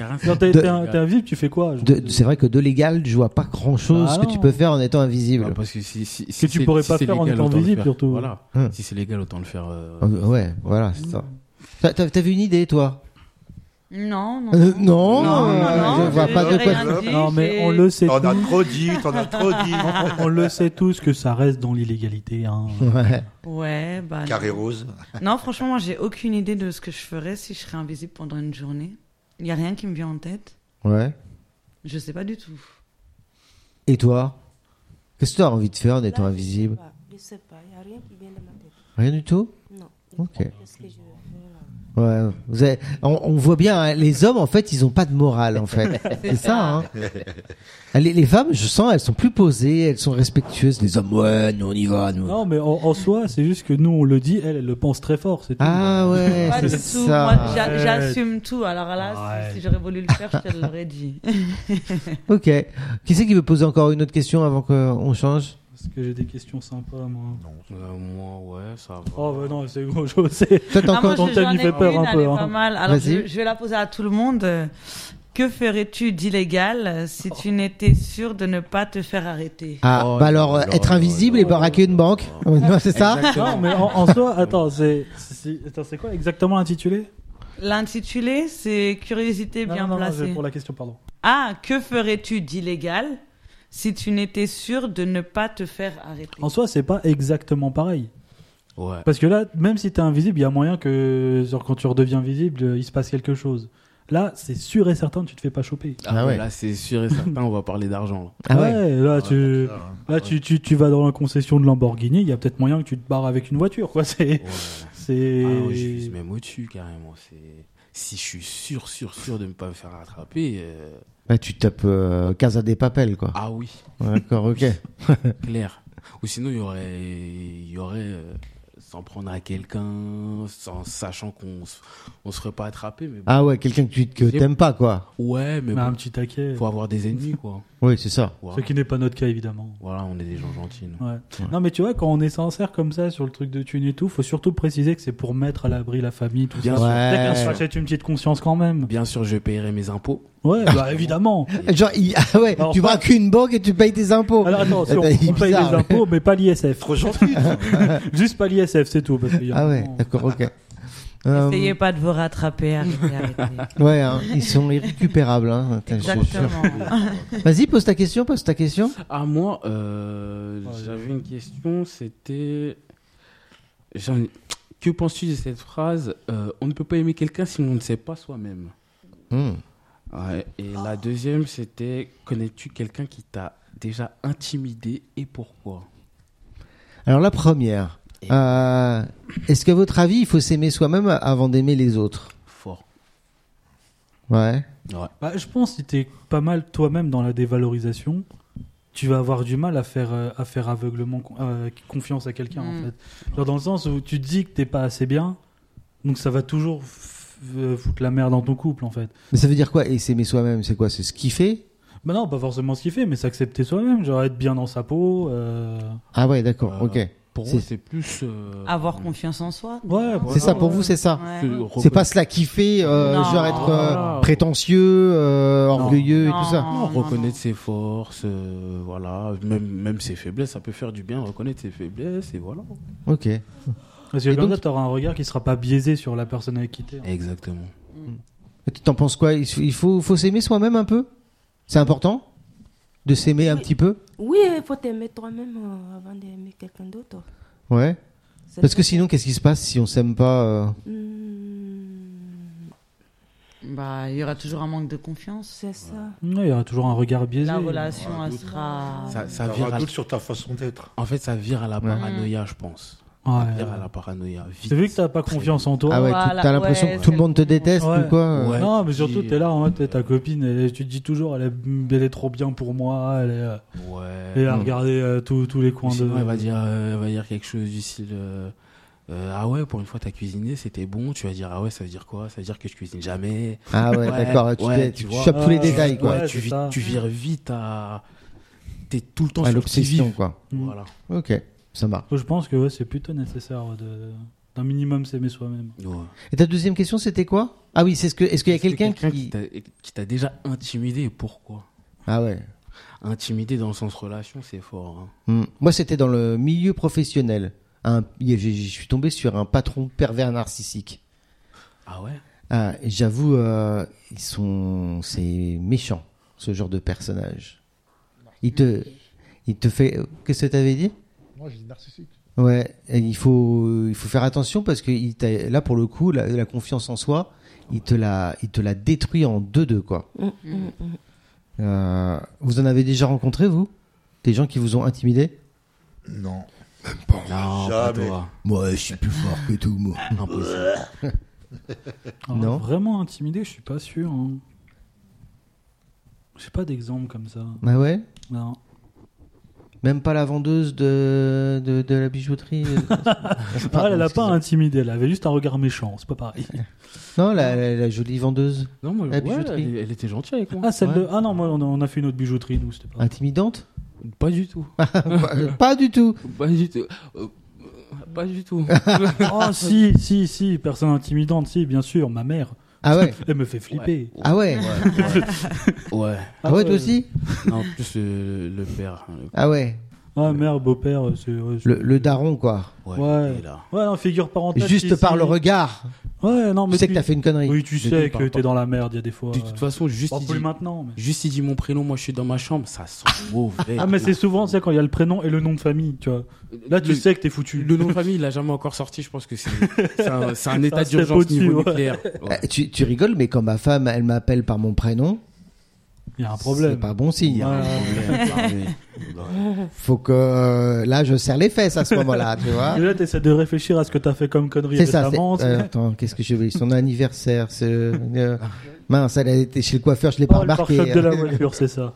a rien
Quand
de-
t'es
de-
t'es un- t'es invisible, tu fais quoi genre,
De- C'est vrai que de légal, je vois pas grand chose
Ah
que tu
non.
peux faire en étant invisible.
Ouais, parce que si, si, si
Que tu
c'est-
pourrais
si
pas
c'est
faire en
légal,
étant
autant le
visible,
faire.
surtout.
Voilà.
Hum.
Si c'est légal, autant le faire. euh,
Ah
Euh, Ouais, voilà, c'est ça. T'as- t'as- T'avais une idée, toi
Non, non.
Euh, Non,
Non, non, non,
je vois
j'ai-
pas de
j'ai
quoi.
rien dit,
Non, mais
j'ai-
on le sait
T'en as
tous.
trop dit, t'en as trop dit.
On le sait tous que ça reste dans l'illégalité. hein.
Ouais.
Ouais, bah. non.
Carré rose.
Non, franchement, moi, j'ai aucune idée de ce que je ferais si je serais invisible pendant une journée. Il n'y a rien qui me vient en tête.
Ouais.
Je sais pas du tout.
Et toi Qu'est-ce que tu as envie de faire en étant invisible
Je sais pas, il n'y a rien qui vient de ma tête.
Rien du tout
Non.
Ok.
Qu'est-ce que je veux faire là
Ouais, vous avez- on, on voit bien, hein, les hommes en fait, ils ont pas de morale en fait. C'est ça. Hein. Les, les femmes, je sens, elles sont plus posées, elles sont respectueuses. Les hommes, ouais, nous on y va, nous.
Non, mais en, en soi, c'est juste que nous, on le dit, elle, elle le pense très fort, c'est tout.
Ah
Eh,
ouais,
Pas du
c'est
tout. Moi,
ça.
j'a- j'assume tout. Alors là,
Ouais.
si- si j'aurais voulu le faire, je te l'aurais dit.
Ok. Qui c'est qui veut poser encore une autre question avant qu'on change
Parce que j'ai des questions sympas, moi.
Euh, moi, ouais, ça va.
Oh, bah non, c'est gros, je sais.
Toi, t'as
Ah,
encore.
moi,
ton
je-
thème,
j'en
il
ai
fait peur
une,
un
elle
peu,
est
hein.
pas mal. Alors,
Vas-y.
je, je vais la poser à tout le monde. Que ferais-tu d'illégal si tu n'étais sûr de ne pas te faire arrêter
Ah,
Oh,
bah alors,
là,
euh,
là,
être
là,
invisible
là,
et braquer une banque. Non, c'est ça
Non, mais en, en soi, attends, c'est c'est- attends, c'est quoi exactement l'intitulé
L'intitulé, c'est Curiosité
Non,
bien
non, non,
placée.
c'est pour la question, pardon.
Ah, que ferais-tu d'illégal si tu n'étais sûr de ne pas te faire arrêter
En soi, c'est pas exactement pareil.
Ouais.
Parce que là, même si t'es invisible, il y a moyen que genre, quand tu redeviens visible, euh, il se passe quelque chose. Là, c'est sûr et certain, tu te fais pas choper.
Ah,
Ah ouais.
Là, c'est sûr et certain, on va parler d'argent. là.
Ah ouais.
là,
Ah,
tu,
hein.
là tu, tu, tu vas dans la concession de Lamborghini, il y a peut-être moyen que tu te barres avec une voiture, quoi. C'est.
Ouais.
c'est...
Ah ouais, je vise même au-dessus, carrément. C'est... Si je suis sûr, sûr, sûr de ne pas me faire rattraper, euh,
Bah, tu tapes euh, Casa des Papel, quoi.
ah oui,
Ouais, D'accord, ok.
clair. Ou sinon, il y aurait, il y aurait euh, s'en prendre à quelqu'un, sans, sachant qu'on s- on se ferait pas attraper. Mais bon.
Ah ouais, quelqu'un que tu que
C'est-
t'aimes pas, quoi.
Ouais, mais
Mais un
bon,
petit taquet.
faut avoir des ennemis, quoi.
Oui, c'est ça.
Voilà.
Ce qui n'est pas notre cas, évidemment.
Voilà, on est des gens gentils. nous.
Ouais. Non, mais tu vois, quand on est sincère comme ça sur le truc de thune et tout, faut surtout préciser que c'est pour mettre à l'abri la famille, tout
Bien
ça.
sûr.
Peut-être qu'on se
Ouais.
rachète une petite conscience quand même.
Bien sûr, je paierai mes impôts.
Ouais, bah évidemment.
Genre, il- ah ouais,
Alors,
tu
pas-
braques une banque et tu payes tes impôts.
Alors attends, si on,
Eh ben, il est
on paye
bizarre,
les
ouais.
impôts, mais pas l'ISF.
Trop gentil.
Juste pas l'ISF, c'est tout. Parce qu'il y a
Ah ouais,
vraiment-
d'accord, ok. Euh,
N'essayez pas de vous rattraper, arrêtez, arrêtez.
ouais, hein, ils sont irrécupérables. Hein. Attends, je suis sûr.
Exactement.
Vas-y, pose ta question, pose ta question.
Ah, moi, euh,
Oh,
Ouais.
j'avais une question, c'était... j'en ai- Que penses-tu de cette phrase euh, On ne peut pas aimer quelqu'un si on ne sait pas soi-même.
Hmm.
Ouais, et la deuxième, c'était connais-tu quelqu'un qui t'a déjà intimidé et pourquoi
Alors la première.
Et-
Euh, Est-ce qu'à votre avis, il faut s'aimer soi-même avant d'aimer les autres
Fort.
Ouais.
Ouais.
Bah, je pense que si t'es pas mal toi-même dans la dévalorisation, tu vas avoir du mal à faire, euh, à faire aveuglement con- euh, confiance à quelqu'un.
Mm.
En fait. Genre dans le sens où tu te dis que t'es pas assez bien, donc ça va toujours f- euh, foutre la merde dans ton couple en fait.
Mais ça veut dire quoi Et s'aimer soi-même, c'est quoi C'est ce qu'il fait
Bah non, pas forcément ce qu'il fait, mais s'accepter soi-même, genre être bien dans sa peau. euh,
Ah ouais, d'accord,
Euh,
ok.
Pour
C'est-
moi, c'est plus. euh,
Avoir confiance en soi.
Ouais,
C'est ça, pour vous, c'est ça
Ouais.
se reconna-
C'est pas cela kiffer, euh,
Non.
genre être euh,
Non.
prétentieux, euh, orgueilleux et tout ça.
Non,
Non, non,
reconnaître
non.
ses forces, euh, voilà, même, même ses faiblesses, ça peut faire du bien, reconnaître ses faiblesses, et voilà.
Ok.
Parce que
Et
comme
donc-
ça, t'auras un regard qui sera pas biaisé sur la personne avec qui t'es. hein.
Exactement.
Et Tu t'en penses quoi Il faut- il faut, faut s'aimer soi-même un peu C'est important De s'aimer un
Oui.
petit peu
Oui, il faut t'aimer toi-même euh, avant d'aimer quelqu'un d'autre.
Ouais.
C'est
Parce
vrai.
que sinon, qu'est-ce qui se passe si on s'aime pas euh,
Hmm,
Bah, il y aura toujours un manque de confiance.
c'est ça.
Ouais, il y aura toujours un regard biaisé.
La relation, elle sera.
Ça, ça
Ça
vire à-
doute sur ta façon d'être.
En fait, ça vire à la paranoïa, je pense. Ça
Ouais.
vire à la paranoïa. Vite.
C'est vu que t'as pas confiance en toi.
Ah ouais, tu-
Voilà,
t'as l'impression
ouais,
que tout le monde te
c'est le bon.
déteste
Ouais.
ou quoi
Ouais.
non, mais
tu
surtout,
dis-
t'es là, en mode, t'es ta copine, et tu te dis toujours, elle est, elle est trop bien pour moi, elle est, euh,
Ouais.
elle est
Mm.
à regarder euh, tous- tous les
Ou
coins de.
sinon, elle va dire, euh, elle va dire quelque chose du style. euh, euh, ah ouais, pour une fois, t'as cuisiné, c'était bon. Tu vas dire, ah ouais, ça veut dire quoi Ça veut dire que je cuisine jamais.
Ah ouais,
Ouais,
d'accord, tu,
ouais,
tu-
tu
tu
vois.
chopes tous les
Ah,
détails quoi.
ouais,
tu,
c'est
vi-
ça.
tu vires vite à. T'es tout le temps
à
sur le
l'obsession
qui-vive.
quoi.
Mm.
Voilà.
Ok, ça marche.
Je pense que ouais, c'est plutôt nécessaire ouais, de- d'un minimum s'aimer soi-même.
Ouais.
Et ta deuxième question c'était quoi Ah oui, c'est ce que est-ce qu'il y a
Est-ce que
quelqu'un
qui
qui
t'a- qui t'a déjà intimidé et pourquoi
Ah ouais.
Intimidé dans le sens relation, c'est fort. hein.
Mm. Moi c'était dans le milieu professionnel. Un- y- j'ai- Je suis tombé sur un patron pervers narcissique.
Ah ouais
Ah, et j'avoue, euh, ils sont, c'est méchant ce genre de personnage. Il te, il te fait. Qu'est-ce que t'avais dit
Moi, j'ai dit narcissique.
Ouais, et il faut, il faut faire attention parce que il t'a- là, pour le coup, la, la confiance en soi, il te la, il te la détruit en deux-deux, quoi.
Hmm, hmm, hmm.
Euh, vous en avez déjà rencontré, vous Des gens qui vous ont intimidé
Non.
Non, pas
Jamais.
toi.
Moi, je suis plus fort que tout, moi.
Impossible.
Alors,
Non.
Vraiment intimidé, je suis pas sûr. hein. J'ai pas d'exemple comme ça.
Bah ouais.
Non.
Même pas la vendeuse de, de, de la bijouterie.
Ah, elle l'a pas intimidé, elle avait juste un regard méchant, c'est pas pareil.
Non, la, la- la jolie vendeuse.
Non, moi,
La
ouais,
bijouterie.
elle, elle était gentille avec moi.
Ah, celle
Ouais.
de... ah non, moi on a- on a fait une autre bijouterie, nous, c'était
Ah.
pas.
Intimidante
Pas du tout.
pas, pas du tout.
Pas du tout. Euh, Pas du tout.
Oh si, si, si, personne intimidante, si, bien sûr, ma mère.
Ah ouais
Elle me fait flipper.
Ah ouais
Ouais.
Ah ouais, toi aussi
Non, en plus euh, le père. hein, le-
Ah ouais.
Ah, mère, beau-père, euh, c'est. ouais, c'est-
Le, le daron, quoi.
Ouais.
Ouais.
il est là.
Ouais, non, figure parentale. si,
Juste par
si.
le regard.
Ouais, non,
Tu
mais.
sais que t'as fait une connerie.
Oui, tu sais
Je dis par
que
rapport-
t'es dans la merde, il y a des fois. euh,
De toute façon, juste
Pas
il,
plus
dit,
maintenant, mais.
juste il dit mon prénom, moi je suis dans ma chambre, ça sent mauvais.
Ah, mais c'est souvent, c'est quand il y a le prénom et le nom de famille, tu vois. Là, tu
Le-
sais que t'es foutu.
Le nom de famille, il l'a jamais encore sorti. Je pense que c'est c'est un, c'est un état
step
d'urgence
au-dessus,
niveau
ouais.
nucléaire. Ouais.
Ah, tu, tu rigoles, mais quand ma femme, elle m'appelle par mon prénom,
Il y a un
c'est
problème.
pas bon signe.
Ouais.
bah,
Faut que euh, là, je serre les fesses à ce moment-là, tu vois.
Et là, t'essaies de réfléchir à ce que t'as fait comme connerie
C'est ça. c'est-
récemment.
euh,
c'est-
attends, qu'est-ce que j'ai oublié Son anniversaire. c'est, euh, mince, elle a été chez le coiffeur, je l'ai pas
Oh, le
remarqué.
pare-choc de la voiture, c'est ça.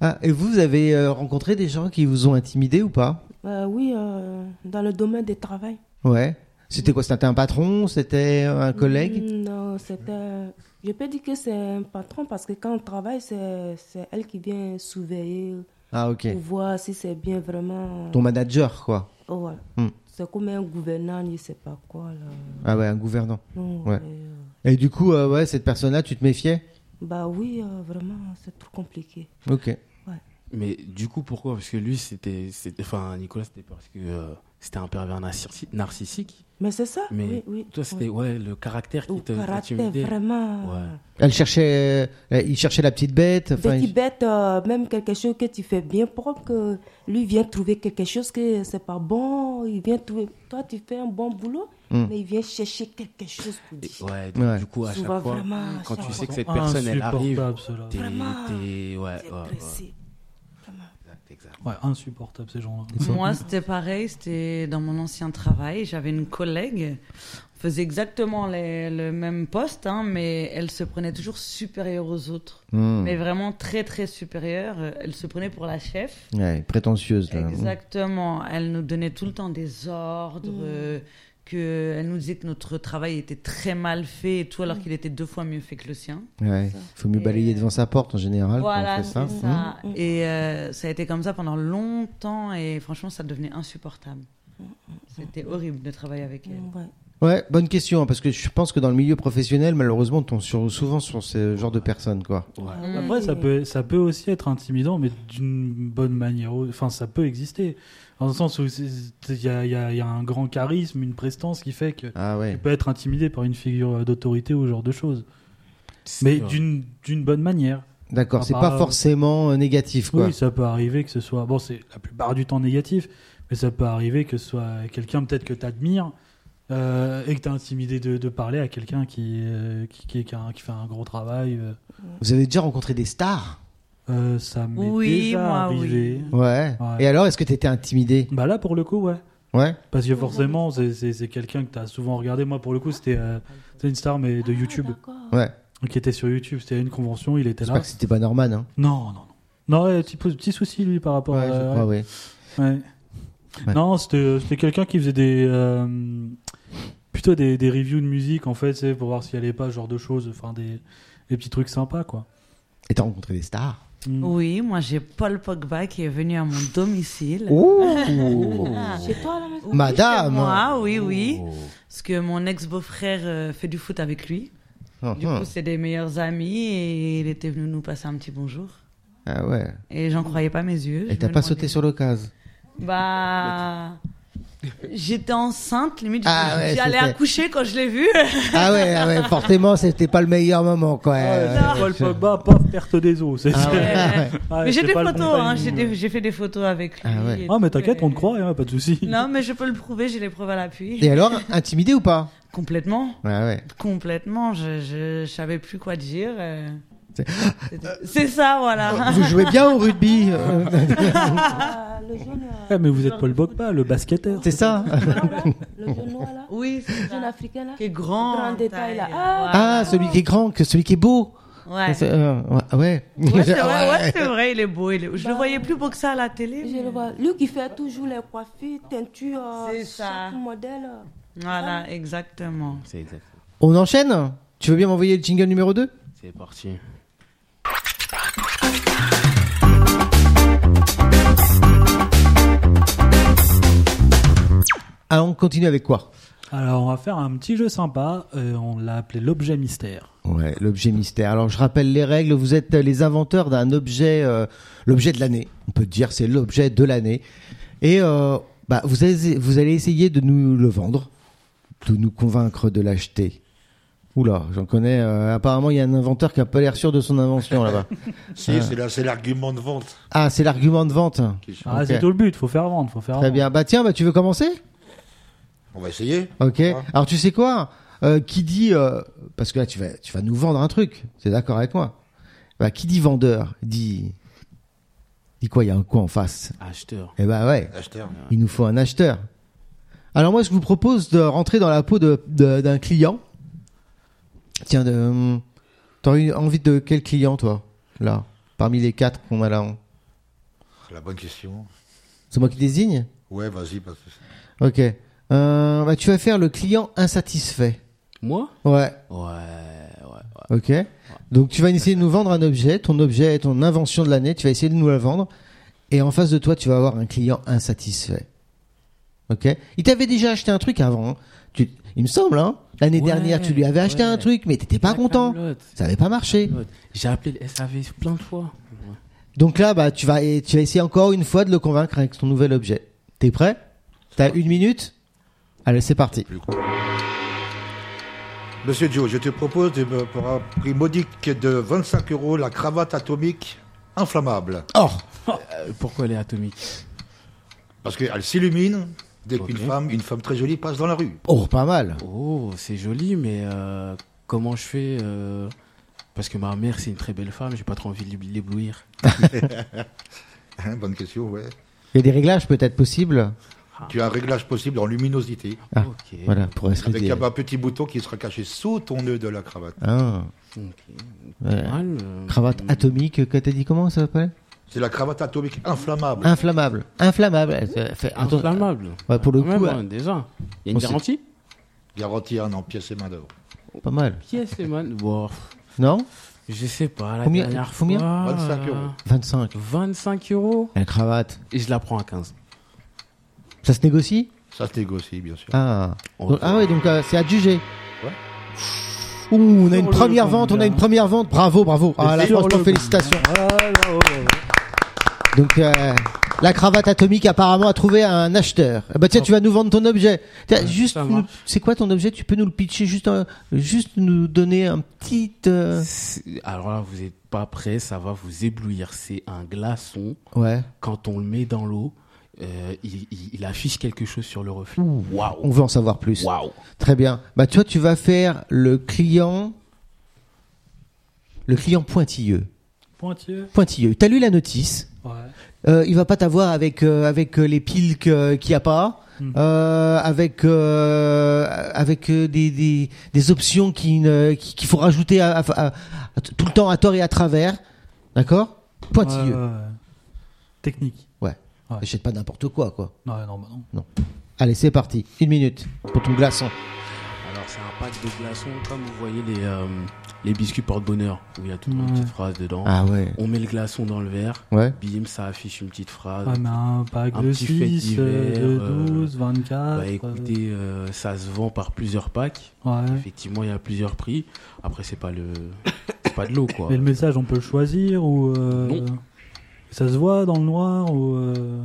Ah, et vous, vous avez euh, rencontré des gens qui vous ont intimidé ou pas
Euh, oui, euh, dans le domaine du travail.
Ouais. C'était quoi C'était un patron C'était euh, un collègue
Mm, Non, c'était. Je peux dire que c'est un patron parce que quand on travaille, c'est c'est elle qui vient surveiller
Ah, ok.
pour voir si c'est bien vraiment.
Ton manager, quoi.
Oh, voilà.
Mm.
C'est comme un gouvernant, je sais pas quoi. Là.
Ah ouais, un gouvernant.
Non,
Ouais.
euh,
Et du coup, euh, ouais, cette personne-là, tu te méfiais
bah oui, euh, vraiment, c'est trop compliqué.
Ok.
Mais du coup, pourquoi Parce que lui, c'était. c'était- Enfin, Nicolas, c'était parce que euh, c'était un pervers narcissi- narcissique.
Mais c'est ça
Mais
oui, oui.
toi, c'était ouais. le caractère
Au
qui te
caractère,
t'intimidait.
vraiment.
Ouais.
Elle cherchait, euh, il cherchait la petite bête. enfin,
Petit
il-
bête, euh, même quelque chose que tu fais bien propre, que lui vient trouver quelque chose que c'est pas bon, il vient trouver. Toi, tu fais un bon boulot,
Mm.
mais il vient chercher quelque chose pour dire.
Et- ouais, donc,
Ouais.
Du coup, à
Souvent,
chaque fois,
vraiment, à
quand
chaque
tu sais
fois.
que cette personne, elle arrive,
Insupportable, ceux-là.
t'es,
Vraiment.
t'es- ouais,
C'est
ouais, ouais.
pressé.
Exact, exact.
Ouais, insupportable, ces gens-là.
Moi, c'était pareil, c'était dans mon ancien travail. J'avais une collègue, on faisait exactement les- le même poste, hein, mais elle se prenait toujours supérieure aux autres.
Hmm.
Mais vraiment très, très supérieure. Euh, Elle se prenait pour la chef.
Ouais, prétentieuse. Là.
Exactement. Elle nous donnait tout le temps des ordres. euh, que elle nous disait que notre travail était très mal fait et tout, alors qu'il était deux fois mieux fait que le sien.
Ouais. Faut mieux
Et,
balayer
euh,
devant sa porte en général. quand Ah, on
Voilà,
fait
c'est
ça.
ça.
Hmm.
Et euh, ça a été comme ça pendant longtemps et franchement, ça devenait insupportable. mm. C'était horrible de travailler avec elle.
Ouais.
Ouais, bonne question, hein, parce que je pense que dans le milieu professionnel, malheureusement, on tombe sur- souvent sur ce genre de personnes, quoi.
Ah
Après, ça peut, ça peut aussi être intimidant, mais d'une bonne manière. Enfin, ça peut exister. Dans le sens où c'est- il y a, il y a- il y a un grand charisme, une prestance qui fait que
Ah
tu
ouais.
peux être intimidé par une figure d'autorité ou ce genre de choses. Mais
Ouais.
d'une d'une bonne manière.
D'accord,
Ah
c'est
bah,
pas
euh,
forcément euh, négatif, quoi.
Oui, ça peut arriver que ce soit. Bon, c'est la plupart du temps négatif, mais ça peut arriver que ce soit quelqu'un peut-être que tu admires et que tu intimidé de, de parler à quelqu'un qui, euh, qui, qui, qui a un- qui fait un gros travail. euh.
Vous avez déjà rencontré des stars
Euh, ça m'est
Oui,
déjà
moi,
arrivé.
oui.
ouais.
Ouais.
Et alors, est-ce que t'étais intimidé
Bah là, pour le coup, ouais.
Ouais.
Parce que forcément, c'est- c'est c'est quelqu'un que tu as souvent regardé. Moi, pour le coup, c'était euh, c'était une star,
Ah,
mais de YouTube,
Ouais.
qui était sur YouTube. C'était à une convention, il était
J'espère
là.
que c'était pas Norman, hein.
Non, non, non. Non, ouais, petit, petit souci, lui, par rapport
Ouais,
à.
je crois, ouais.
Ouais.
Ouais.
Non, c'était euh, c'était quelqu'un qui faisait des. euh, plutôt des, des reviews de musique, en fait, c'est pour voir s'il allait pas, ce genre de choses. Enfin, des, des petits trucs sympas, quoi.
Et t'as rencontré des stars
Mm.
Oui, moi j'ai Paul Pogba qui est venu à mon domicile.
Oh
Chez toi, là,
Oui,
Madame. Oh.
chez Moi, oui, oui.
Oh,
Parce que mon ex-beau-frère euh, fait du foot avec lui.
oh.
Du
Uh-huh.
coup, c'est des meilleurs amis et il était venu nous passer un petit bonjour.
Ah ouais.
Et j'en croyais pas mes yeux.
Et
je
t'as
me
pas
demandais-
sauté sur l'occasion
Bah. J'étais enceinte, limite.
Ah ouais,
J'allais
c'était-
accoucher quand je l'ai vu.
Ah ouais, ah ouais, forcément, c'était pas le meilleur moment, quoi. Euh,
Ah, Paul Pogba, paf, perte des os. c'est-
Ah ouais, ah ouais.
Ouais,
mais j'ai
c'est
des
pas le
photos,
contraire
hein,
du
j'ai
tout.
des- j'ai fait des photos avec lui.
Ah ouais.
et
Ah, mais
tout,
t'inquiète, on te
et-
croit, hein, pas de souci.
Non, mais je peux le prouver, j'ai les preuves à l'appui.
Et alors, intimidé ou pas
Complètement,
Ouais, ouais.
complètement. Je, je, je savais plus quoi dire. euh. C'était- C'est ça, voilà.
Vous jouez bien au rugby euh,
Ah, le jaune, euh,
Eh, mais vous êtes Paul Bogba, le basketteur.
C'est ça
noir, là, le jaune noir là,
Oui, c'est
le jaune
ça.
africain là.
Qui est grand.
Grand
en
détail, là.
taille.
Ah, celui qui est grand, que celui qui est beau.
bah Ouais.
C'est- euh, ouais, ouais.
Ouais, c'est
Ouais.
vrai, ouais, c'est vrai, il est beau. il est- Je le voyais plus beau que ça à la télé.
Je
mais-
le vois. Lui qui fait toujours les coiffures, teintures, euh,
C'est ça.
chaque modèle. euh.
Voilà, exactement.
C'est exact.
On enchaîne Tu veux bien m'envoyer le jingle numéro 2
C'est parti.
Alors, Ah, on continue avec quoi
Alors, on va faire un petit jeu sympa. euh, on l'a appelé l'objet mystère.
Ouais, l'objet mystère. Alors je rappelle les règles, vous êtes les inventeurs d'un objet, euh, l'objet de l'année. On peut dire c'est l'objet de l'année. Et euh, bah, vous, allez, vous allez essayer de nous le vendre, de nous convaincre de l'acheter. Oula, j'en connais. euh, apparemment, il y a un inventeur qui a pas l'air sûr de son invention là-bas.
Si, c'est la- c'est l'argument de vente.
Ah, c'est l'argument de vente.
Ah,
Ok.
C'est tout le but, faut faire vendre, faut faire
Très
vendre.
bien. Bah tiens, bah tu veux commencer
On va essayer.
Ok.
Ouais.
Alors tu sais quoi Euh, Qui dit euh, parce que là tu vas tu vas nous vendre un truc. C'est d'accord avec moi Bah qui dit vendeur dit dit quoi Il y a un quoi en face
Acheteur.
Eh bah ouais.
Acheteur.
Il nous faut un acheteur. Alors moi je vous propose de rentrer dans la peau de- de- d'un client. Tiens, de, hum, t'aurais eu envie de quel client toi Là, parmi les quatre qu'on a là. hein.
La bonne question.
C'est moi qui désigne
Ouais, vas-y. parce que-
Ok. Euh, bah tu vas faire le client insatisfait.
Moi
Ouais.
Ouais, ouais, ouais.
Ok. Donc tu vas essayer de nous vendre un objet, ton objet, ton invention de l'année, tu vas essayer de nous la vendre. Et en face de toi, tu vas avoir un client insatisfait. Ok. Il t'avait déjà acheté un truc avant. hein. Tu- Il me semble, hein. L'année
Ouais,
dernière, tu lui avais acheté
ouais.
un truc, mais t'étais pas
La
content.
Kaamelott.
Ça n'avait pas marché.
J'ai appelé le SAV plein de fois.
Donc là, bah, tu vas, tu vas essayer encore une fois de le convaincre avec ton nouvel objet. T'es prêt T'as une minute Allez, c'est parti.
Monsieur Joe, je te propose de me, pour un prix modique de 25 euros la cravate atomique inflammable.
Or,
Euh, pourquoi elle est atomique
Parce qu'elle s'illumine dès
Ok.
qu'une femme, une femme très jolie passe dans la rue.
oh, pas mal.
Oh, c'est joli, mais euh, comment je fais euh, Parce que ma mère, c'est une très belle femme, j'ai pas trop envie de l'ib- l'éblouir.
Hein, bonne question, ouais.
Il y a des réglages peut-être possibles.
Tu as un réglage possible en luminosité.
Ah,
ok.
Voilà, pour rester.
Avec un petit bouton qui sera caché sous ton nœud de la cravate.
Ah.
Ok.
Ouais.
Ah, le-
Cravate atomique, que t'as dit comment ça s'appelle
C'est la cravate atomique inflammable.
Inflammable. Inflammable. Elle fait- fait- attends, euh,
Inflammable.
Ouais, pour le
Quand
coup, Oh,
même,
ouais.
hein, déjà. Il y a
On
une
sait-
garantie
Garantie un an, pièce et main d'œuvre.
Pas mal.
Pièce et man. Bon, pff,
Non
je sais pas. La
Combien-
dernière
combien
fois,
25 euros.
euh,
25.
25 euros
La cravate.
Et je la prends à 15.
Ça se négocie
Ça se négocie, bien sûr.
Ah.
Oh,
On
Donc-
va-
ah ouais, donc euh, c'est adjugé.
Ouais.
Ouh, on a
Sur
une
le
première
coup,
vente, on a
bien.
une première vente. Bravo, bravo. Ah, là,
Sur
franchement,
le-
félicitations.
Ah, bravo, bravo.
Donc, euh, la cravate atomique apparemment a trouvé un acheteur. Eh ben, tiens, tu vas nous vendre ton objet. Tiens,
Ouais,
juste,
ça
nous-
marche.
c'est quoi ton objet Tu peux nous le pitcher juste, un- juste nous donner un petit. euh,
C'est- Alors là, vous n'êtes pas prêts, ça va vous éblouir. C'est un glaçon.
Ouais.
Quand on le met dans l'eau, euh, il, il- il affiche quelque chose sur le reflet.
On
Waouh
veut en savoir plus.
Waouh
Très bien. Bah toi, tu vas faire le client, le client pointilleux.
Pointilleux.
Pointilleux. T'as lu la notice
Ouais.
euh, Il va pas t'avoir avec euh, avec euh, les piles que- qu'il y a pas,
Mhm.
euh, avec euh, avec euh, des, des des options qui ne- qui- qu'il faut rajouter à- à- à- à- tout le temps à tort et à travers. D'accord Pointilleux.
Ouais, ouais, ouais. Technique.
Achète pas n'importe quoi, quoi.
Non, non, bah non.
Allez, c'est parti. Une minute pour ton glaçon.
Alors c'est un pack de glaçons, comme vous voyez les, euh, les biscuits porte-bonheur, où il y a toute une
Ouais.
petite phrase dedans.
Ah ouais.
On met le glaçon dans le verre,
Ouais.
bim, ça affiche une petite phrase.
Ah, mais un pack
Un
de
petit fait
6, euh, de
divers, euh,
12, 24.
Bah écoutez, euh, ça se vend par plusieurs packs.
euh, ouais.
Effectivement, il y a plusieurs prix. Après, c'est pas le, c'est pas de l'eau quoi.
Mais le message, on peut le choisir ou. euh,
Non.
Ça se voit dans le noir ou. euh,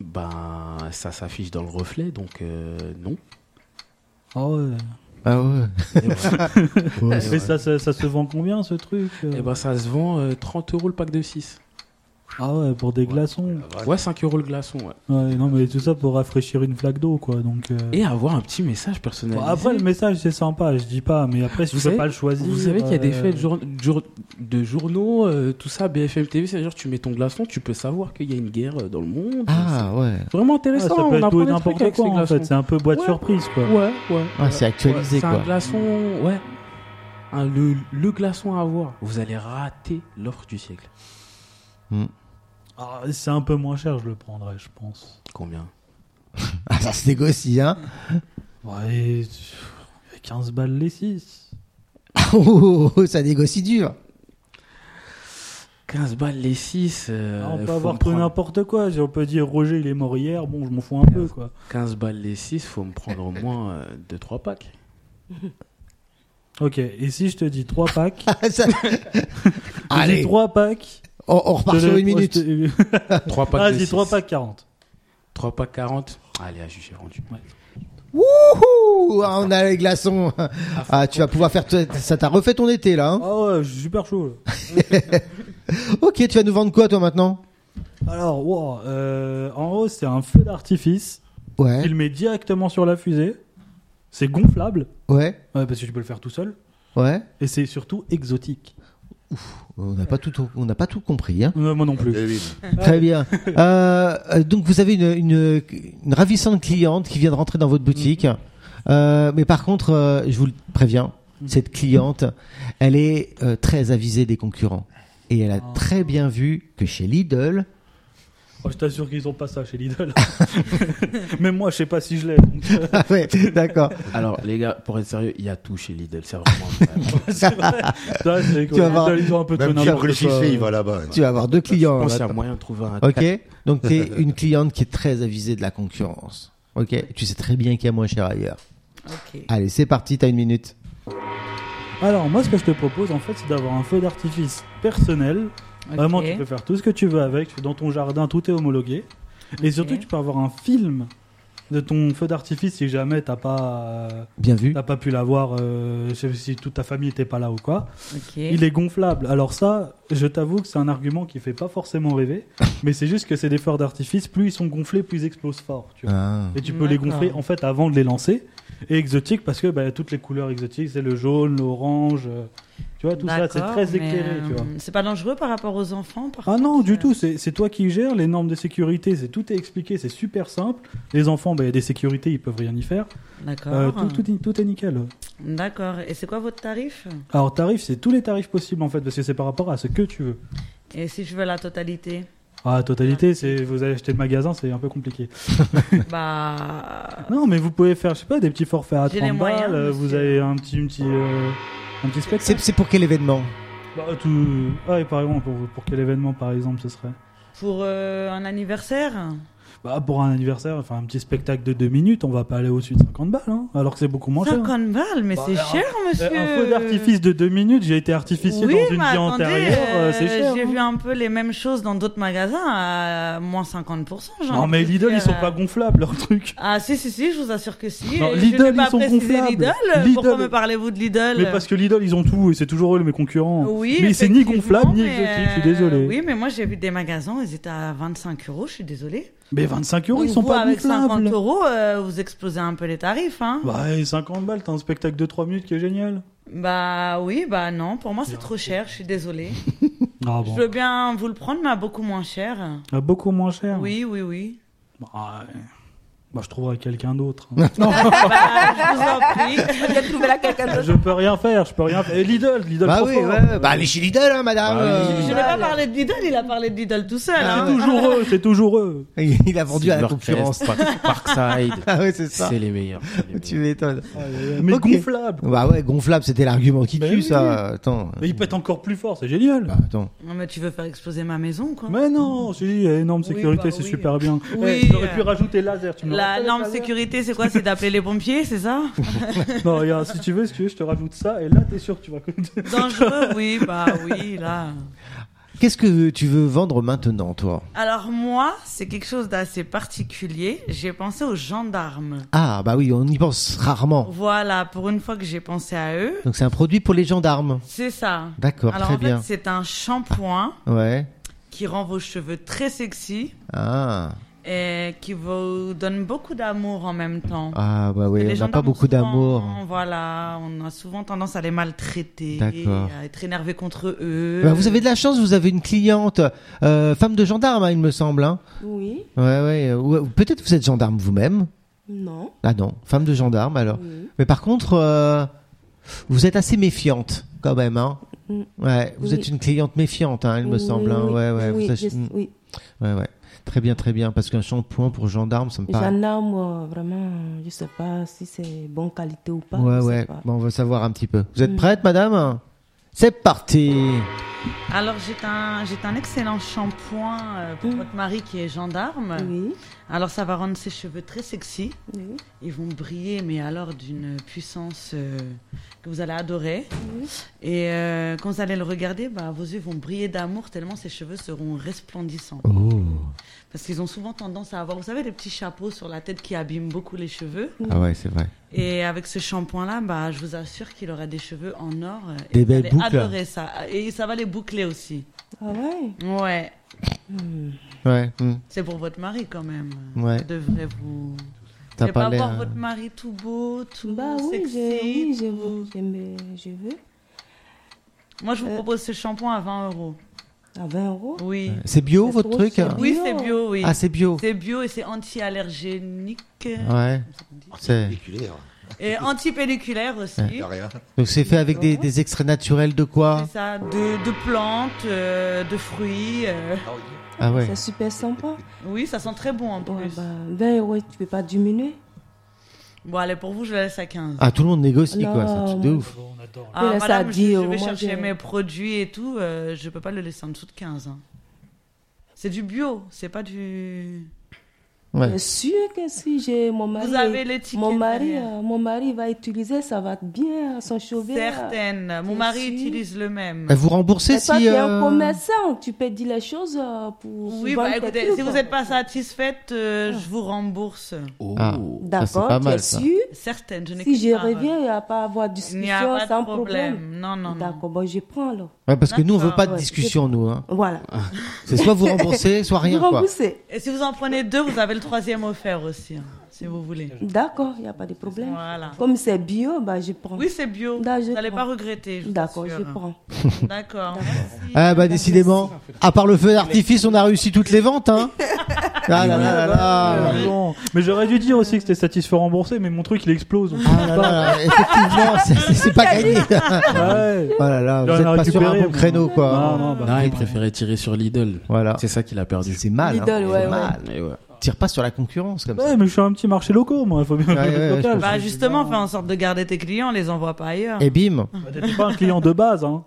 Ben, ça s'affiche dans le reflet, donc euh, non.
Ah ouais.
Ah ouais.
Et ben, voilà.
Mais ça, ça, ça se vend combien ce truc euh
ben, Eh ben, ça se vend euh, 30 euros le pack de 6.
Ah ouais, pour des glaçons.
Ouais, 5 euros le glaçon, ouais.
Ouais, non, mais tout ça pour rafraîchir une flaque d'eau, quoi. Donc, euh,
Et avoir un petit message
bon,
personnalisé.
après, le message, c'est sympa, je dis pas, mais après, si
Vous
tu peux
savez-
pas le choisir.
Vous savez qu'il y a des
euh,
faits de, jour- jour- de journaux, euh, tout ça, BFM TV, c'est-à-dire tu mets ton glaçon, tu peux savoir qu'il y a une guerre euh, dans le monde.
Ah ouais.
C'est vraiment
ouais,
intéressant.
Ah, ça peut
on
être tout
apprend
et
des trucs
n'importe
avec
quoi,
ces
en fait.
glaçons.
C'est un peu boîte
Ouais.
surprise, quoi.
Ouais, ouais.
Ah, c'est actualisé
Ouais, C'est un
quoi.
glaçon, ouais. Un- le, le glaçon à avoir. Vous allez rater l'offre du siècle.
Ah, c'est un peu moins cher, je le prendrais, je pense.
Combien
Ah, ça se négocie, hein.
Ouais, pff, 15 balles les 6.
Oh, oh, oh, ça négocie dur.
15 balles les euh, 6.
Euh,
Ah, on peut avoir tout n'importe quoi. Si on peut dire Roger, il est mort hier, bon, je m'en fous un peu, quoi.
15 balles les 6, faut me prendre au moins 2-3 packs.
Ok, et si je te dis 3 packs
Ah, ça-
Allez.
Allez,
3 packs.
on, on repart
je te
sur
le-
une minute.
je te-
3 packs
Ah,
de
j'ai
6.
3 packs 40.
3 packs 40. Allez, ah, j'ai vendu.
Wouhou Ah, on a les glaçons. Ah, tu vas pouvoir faire. t- Ça t'a refait ton été là. hein.
Ah ouais, je suis super chaud. là.
Ok, tu vas nous vendre quoi toi maintenant
Alors, wow, euh, en haut, c'est un feu d'artifice. Tu
Ouais,
le mets directement sur la fusée. C'est gonflable,
ouais,
ouais, parce que tu peux le faire tout seul.
ouais.
Et c'est surtout exotique.
On n'a pas tout, on n'a pas tout compris. Hein.
Euh, moi non plus.
David.
Très bien. Euh, euh, donc vous avez une, une, une ravissante cliente qui vient de rentrer dans votre boutique.
Mm-hmm.
Euh, mais par contre, euh, je vous le préviens,
Mm-hmm.
cette cliente, elle est euh, très avisée des concurrents. Et elle a
Ah.
Oh.
très bien vu que chez Lidl,
Oh, je t'assure qu'ils ont pas ça chez Lidl. Même moi, je sais pas si je l'ai. donc, euh,
ah ouais, d'accord,
Alors, les gars, pour être sérieux, il y a tout chez Lidl. C'est vraiment. incroyable.
c'est vrai. Ça, c'est
vas voir.
Lidl, ils ont un peu de euh,
Même
n'importe
Gabriel
quoi.
Cissé, il va là-bas. hein.
tu vas avoir deux
Je
clients.
pense qu'il y a
maintenant.
moyen de trouver un.
Ok, donc tu es une cliente qui est très avisée de la concurrence. Ok, tu sais très bien qu'il y a moins cher ailleurs.
Ok.
Allez, c'est parti, t'as une minute.
Alors, moi, ce que je te propose, en fait, c'est d'avoir un feu d'artifice personnel. Vraiment,
Ok.
tu peux faire tout ce que tu veux avec. Tu- Dans ton jardin, tout est homologué. Et
Ok.
surtout, tu peux avoir un film de ton feu d'artifice si jamais t'as pas, euh,
Bien vu.
t'as pas pu l'avoir, euh, je sais pas si toute ta famille était pas là ou quoi.
Ok.
Il est gonflable. Alors ça, je t'avoue que c'est un argument qui fait pas forcément rêver, mais c'est juste que c'est des feux d'artifice. Plus ils sont gonflés, plus ils explosent fort. Tu vois.
Ah.
Et tu peux les
D'accord.
gonfler en fait avant de les lancer. Et exotique parce que bah, toutes les couleurs exotiques, c'est le jaune, l'orange, euh, tu vois, tout ça, c'est
D'accord,
très
mais,
éclairé, tu vois.
euh, C'est pas dangereux par rapport aux enfants par
Ah non,
contre, euh,
du tout, c'est c'est toi qui gères les normes de sécurité, c'est tout est expliqué, c'est super simple. Les enfants, bah, il y a des sécurités, ils peuvent rien y faire.
D'accord.
Euh, tout, tout est- tout est nickel.
D'accord. Et c'est quoi votre tarif
Alors, tarif, c'est tous les tarifs possibles en fait, parce que c'est par rapport à ce que tu veux.
Et si je veux la totalité
Ah, totalité, c'est vous allez acheter le magasin, c'est un peu compliqué.
Bah.
Non, mais vous pouvez faire, je sais pas, des petits forfaits à
J'ai
30
les
balles,
moyens,
euh, vous
monsieur.
avez un petit, un petit, euh, un petit spectacle.
C'est c'est pour quel événement
Bah, tout... Ah, et par exemple, pour, pour quel événement, par exemple, ce serait
Pour euh, un anniversaire
Bah, pour un anniversaire, enfin, un petit spectacle de 2 minutes, on va pas aller au-dessus de 50 balles, hein, alors que c'est beaucoup moins cher.
50 balles, mais
Bah,
c'est
un-
cher,
Euh,
monsieur.
Un feu d'artifice de 2 minutes, j'ai été artificier
oui,
dans une
mais
vie
attendez,
antérieure, euh,
euh,
c'est cher.
J'ai
hein.
vu un peu les mêmes choses dans d'autres magasins à moins 50%. j'ai
Non,
envie
mais
de
Lidl,
dire,
ils sont
euh,
pas gonflables, leur truc.
Ah si, si, si, je vous assure que si.
Non,
Et
Lidl,
je vais pas
ils sont
préciser
gonflables.
Lidl.
Lidl-
Pourquoi me parlez-vous de Lidl
Mais parce que Lidl, ils ont tout, et c'est toujours eux, mes concurrents.
Ah Oui,
mais c'est ni gonflable, ni
effectivement,
exotique, je suis
mais,
désolé.
euh, Oui, mais moi j'ai vu des magasins, ils étaient à 25 euros, je suis désolé.
Mais 25 euros, ils
Donc,
sont
vous,
pas
Avec 50
gonflables.
euros, euh, vous explosez un peu les tarifs. Hein. Bah.
Ouais, 50 balles, t'as un spectacle de 3 minutes qui est génial.
oui, bah non, pour moi c'est trop cher, je suis désolé.
Ah
Je
bon.
veux bien vous le prendre, mais à beaucoup moins cher.
Ah, Beaucoup moins cher.
Oui, oui, oui.
Bah, ouais. Bah, je trouverai quelqu'un d'autre. hein.
Bah, je vous en prie.
Il a trouvé là quelqu'un d'autre.
je peux rien faire, je peux rien faire. Et Lidl, Lidl,
Bah
trop
oui,
fort.
ouais. bah allez chez Lidl, hein, madame.
Je
euh.
n'ai pas parlé de Lidl, il a parlé de Lidl tout seul.
Bah, C'est
hein.
toujours eux, c'est toujours eux.
Il a vendu à la
Silvercrest,
concurrence.
Park- Parkside.
Ah ouais, c'est ça.
C'est les meilleurs. c'est les
Tu
meilleurs.
m'étonnes.
Mais
Ok.
gonflables.
Bah ouais, gonflable, c'était l'argument qui
Mais
tue
Bah oui.
ça. Attends.
Mais ils pètent encore plus fort, c'est génial.
Bah, attends.
Non, mais tu veux faire exploser ma maison, quoi.
Mais non, c'est il y a énorme
Oui,
sécurité,
bah
c'est
oui.
super bien.
Oui. euh,
Eh, J'aurais pu rajouter laser, tu me
La
rappelles,
norme
laser
sécurité, c'est quoi C'est d'appeler les pompiers, c'est ça
Non, regarde, si tu veux, si tu veux, je te rajoute ça et là t'es sûr que tu vas
Dangereux, oui, bah oui, là.
Qu'est-ce que tu veux vendre maintenant, toi
Alors moi, c'est quelque chose d'assez particulier. J'ai pensé aux gendarmes.
Ah bah oui, on y pense rarement.
Voilà, pour une fois que j'ai pensé à eux,
Donc c'est un produit pour les gendarmes.
c'est ça.
D'accord,
Alors
très
en fait,
bien.
c'est un shampoing
Ouais.
qui rend vos cheveux très sexy
Ah,
et qui vous donne beaucoup d'amour en même temps.
ah bah oui,
Les
on n'a
gendarmes
pas
ont
beaucoup d'amour.
souvent- Voilà, on a souvent tendance à les maltraiter,
D'accord.
à être énervé contre eux.
Bah, vous avez de la chance, vous avez une cliente, euh, femme de gendarme, hein, il me semble. Hein.
Oui,
Ouais, ouais. euh, ou- ou Peut-être vous êtes gendarme vous-même.
non.
Ah non, femme de gendarme alors.
Oui.
Mais par contre, euh, vous êtes assez méfiante quand même. Hein.
Mm.
Ouais, vous
Oui.
êtes une cliente méfiante, hein, il me
Oui,
semble. hein.
oui,
Ouais, ouais,
oui,
vous ach-
je-
Mm.
oui.
ouais, ouais. Très bien, très bien. Parce qu'un shampoing pour gendarme, ça me paraît.
Gendarme, euh, vraiment, je sais pas si c'est bonne qualité ou pas.
ouais,
je sais
ouais.
pas.
Bon, on va savoir un petit peu. Vous êtes
Mm.
prête, madame C'est parti.
Alors j'ai un, j'ai un excellent shampoing euh, pour
Mmh.
Mm.
votre mari qui est gendarme.
Oui,
Alors ça va rendre ses cheveux très sexy.
oui.
Ils vont briller, mais alors d'une puissance euh, que vous allez adorer. Et euh, quand vous allez le regarder, bah, vos yeux vont briller d'amour tellement ses cheveux seront resplendissants.
Oh.
Parce qu'ils ont souvent tendance à avoir, vous savez, des petits chapeaux sur la tête qui abîment beaucoup les cheveux.
Ah ouais, c'est vrai.
Et avec ce shampoing-là, bah, je vous assure qu'il aura des cheveux en or. euh, et
Des
vous
belles
allez
boucles.
adorer ça. Et ça va les boucler aussi.
Ah ouais
Ouais.
Hmm.
Ouais. mm.
C'est pour votre mari quand même.
Ouais.
Vous devrez vous. Vous
T'as euh,
voulez pas
pas
voir
l'air.
votre mari tout beau, tout
Bah oui,
sexy.
je, oui, je
tout-
veux. Je, me- je veux.
Moi,
Euh.
je vous propose ce shampoing à 20 euros.
À 20 euros
Oui.
C'est bio
C'est
votre
trop
truc
cher.
hein
Oui,
Bio.
c'est bio, oui.
Ah, c'est bio.
c'est bio et c'est anti-allergénique.
Ouais. C'est.
Pelliculaire,
Et anti-pelliculaire aussi.
y a rien.
Donc c'est fait avec des, des extraits naturels de quoi
C'est ça, de, de plantes, euh, de fruits. euh.
Ah oui.
Ah ouais.
C'est super sympa.
Oui, ça sent très bon en plus.
Ouais, bah, 20 euros, tu peux pas diminuer.
Bon, allez, pour vous, je la laisse à 15.
Ah tout le monde négocie quoi, c'est un truc de
Non.
ouf.
Ah, On adore.
Oui, là, ça a
je,
dit,
je
euh,
vais
moi,
chercher
j'ai-
mes produits et tout. euh, je peux pas le laisser en dessous de 15. hein. C'est du bio, c'est pas du.
Ouais.
Bien sûr que si j'ai mon mari.
Vous avez l'étiquette.
mon mari,
derrière.
euh, mon mari va utiliser, ça va bien, son chauvet. euh.
Certaines. Mon
Bien
mari
sûr.
utilise le même.
Et Bah, vous remboursez
C'est toi
si
qui es un
euh,
commerçant, tu peux dire les choses euh, pour.
Oui,
vendre
bah
tes
écoutez,
trucs,
si vous
quoi.
n'êtes pas satisfaite, euh,
Ah.
je vous rembourse.
Oh.
Ah. Ça, c'est pas
D'accord, tu es
mal, ça.
sûr.
Certaines, je n'ai
Si
qu'une
je
parole.
reviens, il n'y a pas à avoir
Il n'y a pas
discussion
de
sans
problème.
problème.
Non, non, non.
D'accord, bon, je prends alors.
ouais, parce que nous on veut pas de
Ouais.
discussion nous hein.
Voilà.
C'est soit vous remboursez, soit rien
vous
quoi.
remboursez.
Et si vous en prenez deux, vous avez le troisième offert aussi, hein, si vous voulez.
D'accord, il n'y a pas de problème.
Voilà.
Comme c'est bio, bah, je prends.
Oui, c'est bio.
Là, Bah, je
vous n'allez
prends.
pas regretter. je vous
D'accord,
assure.
je prends.
D'accord. merci.
Ah bah décidément, à part le feu d'artifice, on a réussi toutes les ventes hein. Ah là là là là.
Pardon. Mais j'aurais dû dire aussi que c'était satisfait remboursé, mais mon truc il explose. on
Ah là là, là, effectivement, c'est- c'est- c'est pas gagné.
Ouais.
Oh là là, vous
J'en ai
êtes pas sur un
récupéré,
bon
moi.
créneau quoi.
Non, non, bah,
Non, il préférait tirer sur Lidl.
Voilà.
C'est ça qu'il a perdu.
C'est mal. hein.
Lidl, ouais,
C'est
ouais.
mal.
Et ouais.
Tire pas sur la concurrence comme ça.
Ouais, mais je suis un petit marché local, moi. Il faut bien
Ouais,
faire le
ouais,
local.
Bah justement, fais en sorte de garder tes clients, les envoie pas ailleurs.
Et bim.
Bah, T'étais pas un client de base, hein.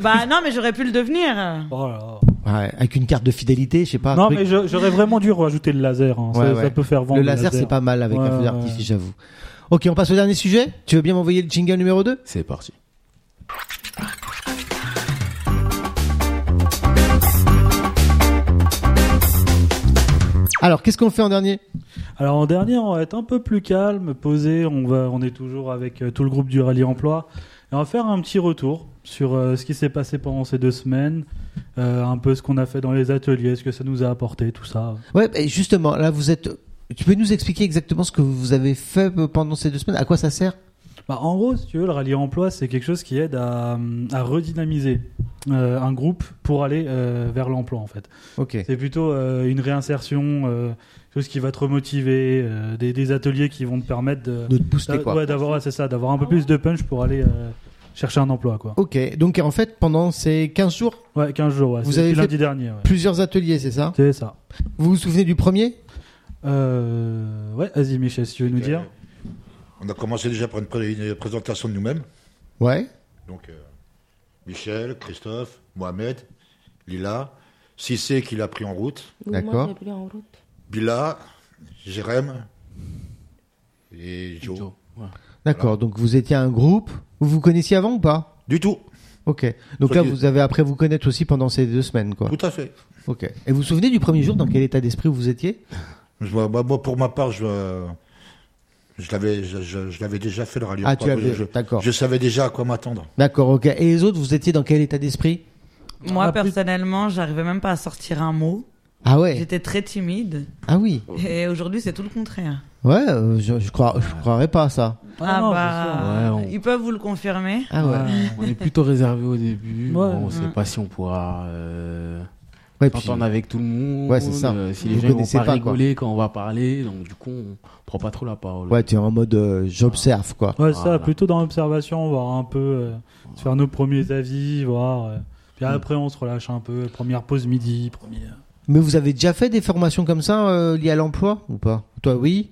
Bah non, mais j'aurais pu le devenir.
Oh là là.
Ouais, avec une carte de fidélité, je sais pas. un
non,
truc.
mais je- j'aurais vraiment dû rajouter le laser. hein. ça,
Ouais,
ça
ouais.
peut faire vendre.
Le laser, c'est pas mal avec
Ouais,
un feu
ouais.
d'artifice, j'avoue. Ok, on passe au dernier sujet. Tu veux bien m'envoyer le jingle numéro 2
C'est parti.
Alors, qu'est-ce qu'on fait en dernier
Alors en dernier, on va être un peu plus calme, posé. On va, on est toujours avec euh, tout le groupe du rallye emploi. Et on va faire un petit retour sur euh, ce qui s'est passé pendant ces deux semaines, euh, un peu ce qu'on a fait dans les ateliers, ce que ça nous a apporté, tout ça.
Ouais, bah, justement, là, vous êtes. Tu peux nous expliquer exactement ce que vous avez fait pendant ces deux semaines À quoi ça sert
Bah, en gros, si tu veux, le rallye emploi, c'est quelque chose qui aide à, à redynamiser euh, un groupe pour aller euh, vers l'emploi, en fait.
Ok.
C'est plutôt euh, une réinsertion, euh, quelque chose qui va te remotiver, euh, des, des ateliers qui vont te permettre de,
De te booster,
d'a-
quoi.
ouais, d'avoir, ouais, c'est ça, d'avoir un peu plus de punch pour aller euh, chercher un emploi, quoi.
Ok, donc en fait, pendant ces 15 jours,
Ouais, 15 jours, ouais.
Vous
C'est
avez
depuis
fait-
lundi dernier, ouais.
plusieurs ateliers, c'est ça
C'est ça.
Vous vous souvenez du premier
Euh, ouais, vas-y, Michel, si tu veux nous dire.
On a commencé déjà par une, pré- une présentation de nous-mêmes.
Ouais.
Donc, euh, Michel, Christophe, Mohamed, Lila, Cissé qui l'a pris en route,
Oui, moi,
D'accord.
j'ai pris en route.
Bila, Jérém et Joe.
Joe. Ouais.
D'accord, donc vous étiez un groupe. Vous vous connaissiez avant ou pas
Du tout,
Ok. Donc
Sauf
là,
que-
vous avez après vous connaître aussi pendant ces deux semaines, quoi.
tout à fait.
Ok. Et vous vous souvenez du premier jour dans quel état d'esprit vous étiez
Je- moi, moi, pour ma part, je, euh, je l'avais, je, je- je l'avais déjà fait le rallye.
Ah, tu
Je-
l'avais,
je-
d'accord.
Je savais déjà à quoi m'attendre.
D'accord, ok. Et les autres, vous étiez dans quel état d'esprit
Moi,
Ah, plus-
personnellement, j'arrivais même pas à sortir un mot.
Ah ouais
J'étais très timide.
Ah oui
Et aujourd'hui, c'est tout le contraire.
Ouais, euh, je, je, crois, je croirais pas à ça.
Ah non,
bah,
c'est sûr. Ouais, on-
ils peuvent vous le confirmer.
Ah ouais.
On est plutôt réservé au début.
Ouais.
Bon, on sait
Mm.
pas si on pourra euh,
Ouais, puis-
s'entendre avec tout le monde.
Ouais, c'est ça.
euh, si
Vous
les gens vont
connaissez
pas,
pas, quoi.
rigoler quand on va parler, donc du coup, on prend pas trop la parole.
ouais, tu es en mode euh, j'observe quoi.
Ouais, ça,
Voilà.
plutôt dans l'observation, voir un peu, euh, se faire nos premiers avis, voir. euh, puis après, on se relâche un peu. Première pause midi, premier. euh.
Mais vous avez déjà fait des formations comme ça euh, liées à l'emploi ou pas Toi oui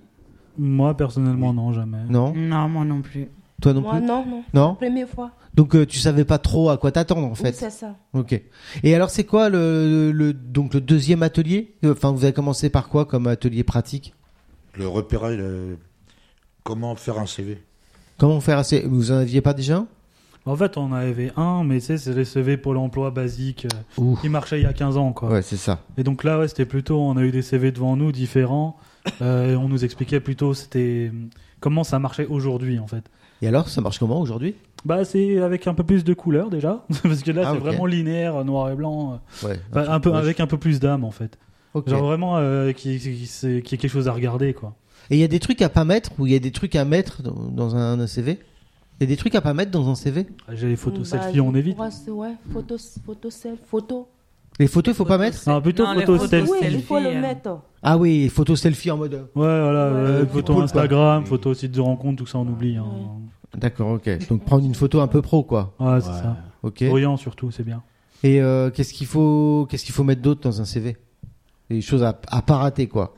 Moi, personnellement, non, jamais.
Non
Non, moi non plus.
Toi non
Moi,
plus
non, non.
Non
Première fois.
Donc euh, tu savais pas trop à quoi t'attendre en
Oui,
fait.
c'est ça.
Ok. Et alors c'est quoi le, le donc le deuxième atelier Enfin vous avez commencé par quoi comme atelier pratique
Le repérage, le- comment faire un CV
Comment faire assez Vous en aviez pas déjà un
En fait, on avait un, mais tu sais, c'est les CV Pôle emploi basique euh,
Ouh.
qui marchait il y a 15 ans, quoi.
Ouais c'est ça.
Et donc là, ouais, c'était plutôt, on a eu des CV devant nous différents. euh, et on nous expliquait plutôt c'était euh, comment ça marchait aujourd'hui, en fait.
Et alors ça marche comment aujourd'hui
Bah, c'est avec un peu plus de couleurs déjà, parce que là,
Ah,
c'est
ok.
vraiment linéaire, noir et blanc.
Ouais.
Enfin, un peu,
ouais.
avec un peu plus d'âme, en fait.
Ok.
Genre vraiment euh, qui, qui, qui- c'est- qu'il y ait quelque chose à regarder, quoi.
Et il y a des trucs à pas mettre ou il y a des trucs à mettre dans, dans un, CV Il y a des trucs à pas mettre dans un CV
J'ai les photos
Bah,
selfie, on évite.
ouais, c'est- Ouais, photos, photos, self- photos.
Les photos, il faut pas
Photos,
mettre
c'est-
Non, plutôt
Non, les
photos
photos,
selfie.
Oui,
Ouais,
il faut
selfie,
le
hein.
mettre.
Ah oui, photos selfie en mode. euh,
voilà, euh,
Ouais.
photos
Cool, Mm.
Instagram,
quoi.
photos sites de rencontre, tout ça, on oublie. hein.
D'accord, ok. Donc prendre une photo un peu pro, quoi.
Ouais, c'est
Ouais.
ça.
Ok.
Brillant surtout, c'est bien.
Et euh, qu'est-ce qu'il faut, qu'est-ce qu'il faut mettre d'autre dans un CV Des choses à, à pas rater, quoi.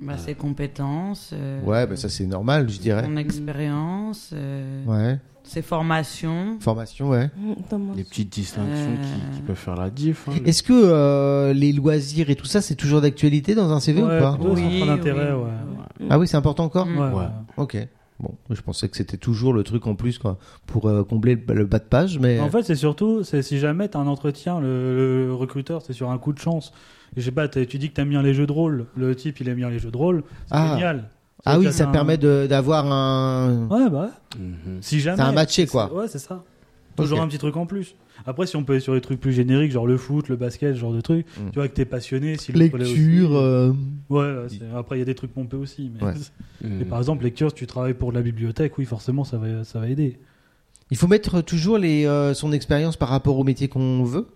Bah, ses compétences, euh, Mm.
Ouais, bah ça c'est normal, je dirais.
son expérience, euh,
Ouais.
ses formations.
Formation, ouais.
Mm, Thomas.
Les petites distinctions qui, qui peuvent faire la diff. hein.
Est-ce que euh, les loisirs et tout ça, c'est toujours d'actualité dans un CV
Ouais,
ou pas
plutôt
Oui,
centre d'intérêt,
oui.
ouais.
Ah oui, c'est important encore.
Mm.
Ouais,
Ouais.
Ok. Bon, je pensais que c'était toujours le truc en plus, quoi, pour euh, combler le, le bas de page, mais.
En fait, c'est surtout, c'est si jamais t'as un entretien, le, le recruteur, c'est sur un coup de chance. Je sais pas, t'as- tu dis que t'aimes bien les jeux de rôle. Le type, il aime bien les jeux de rôle. C'est
Ah.
génial.
ah oui,
veut dire
ça
qu'un-
permet de- d'avoir un.
Ouais, bah ouais.
Mhm.
Si jamais.
C'est un matché, quoi.
C'est- Ouais, c'est ça. Toujours un petit truc en plus. Après, si on peut aller sur les trucs plus génériques, genre le foot, le basket, ce genre de trucs,
Mm.
tu vois que t'es passionné. Si le volet
Lecture.
aussi-
euh,
Ouais, ouais, c'est- après, il y a des trucs pompés aussi. Mais...
Ouais.
mais
Mm-hmm.
par exemple, lecture, si tu travailles pour de la bibliothèque, oui, forcément, ça va, ça va aider.
Il faut mettre toujours les, euh, son expérience par rapport au métier qu'on veut.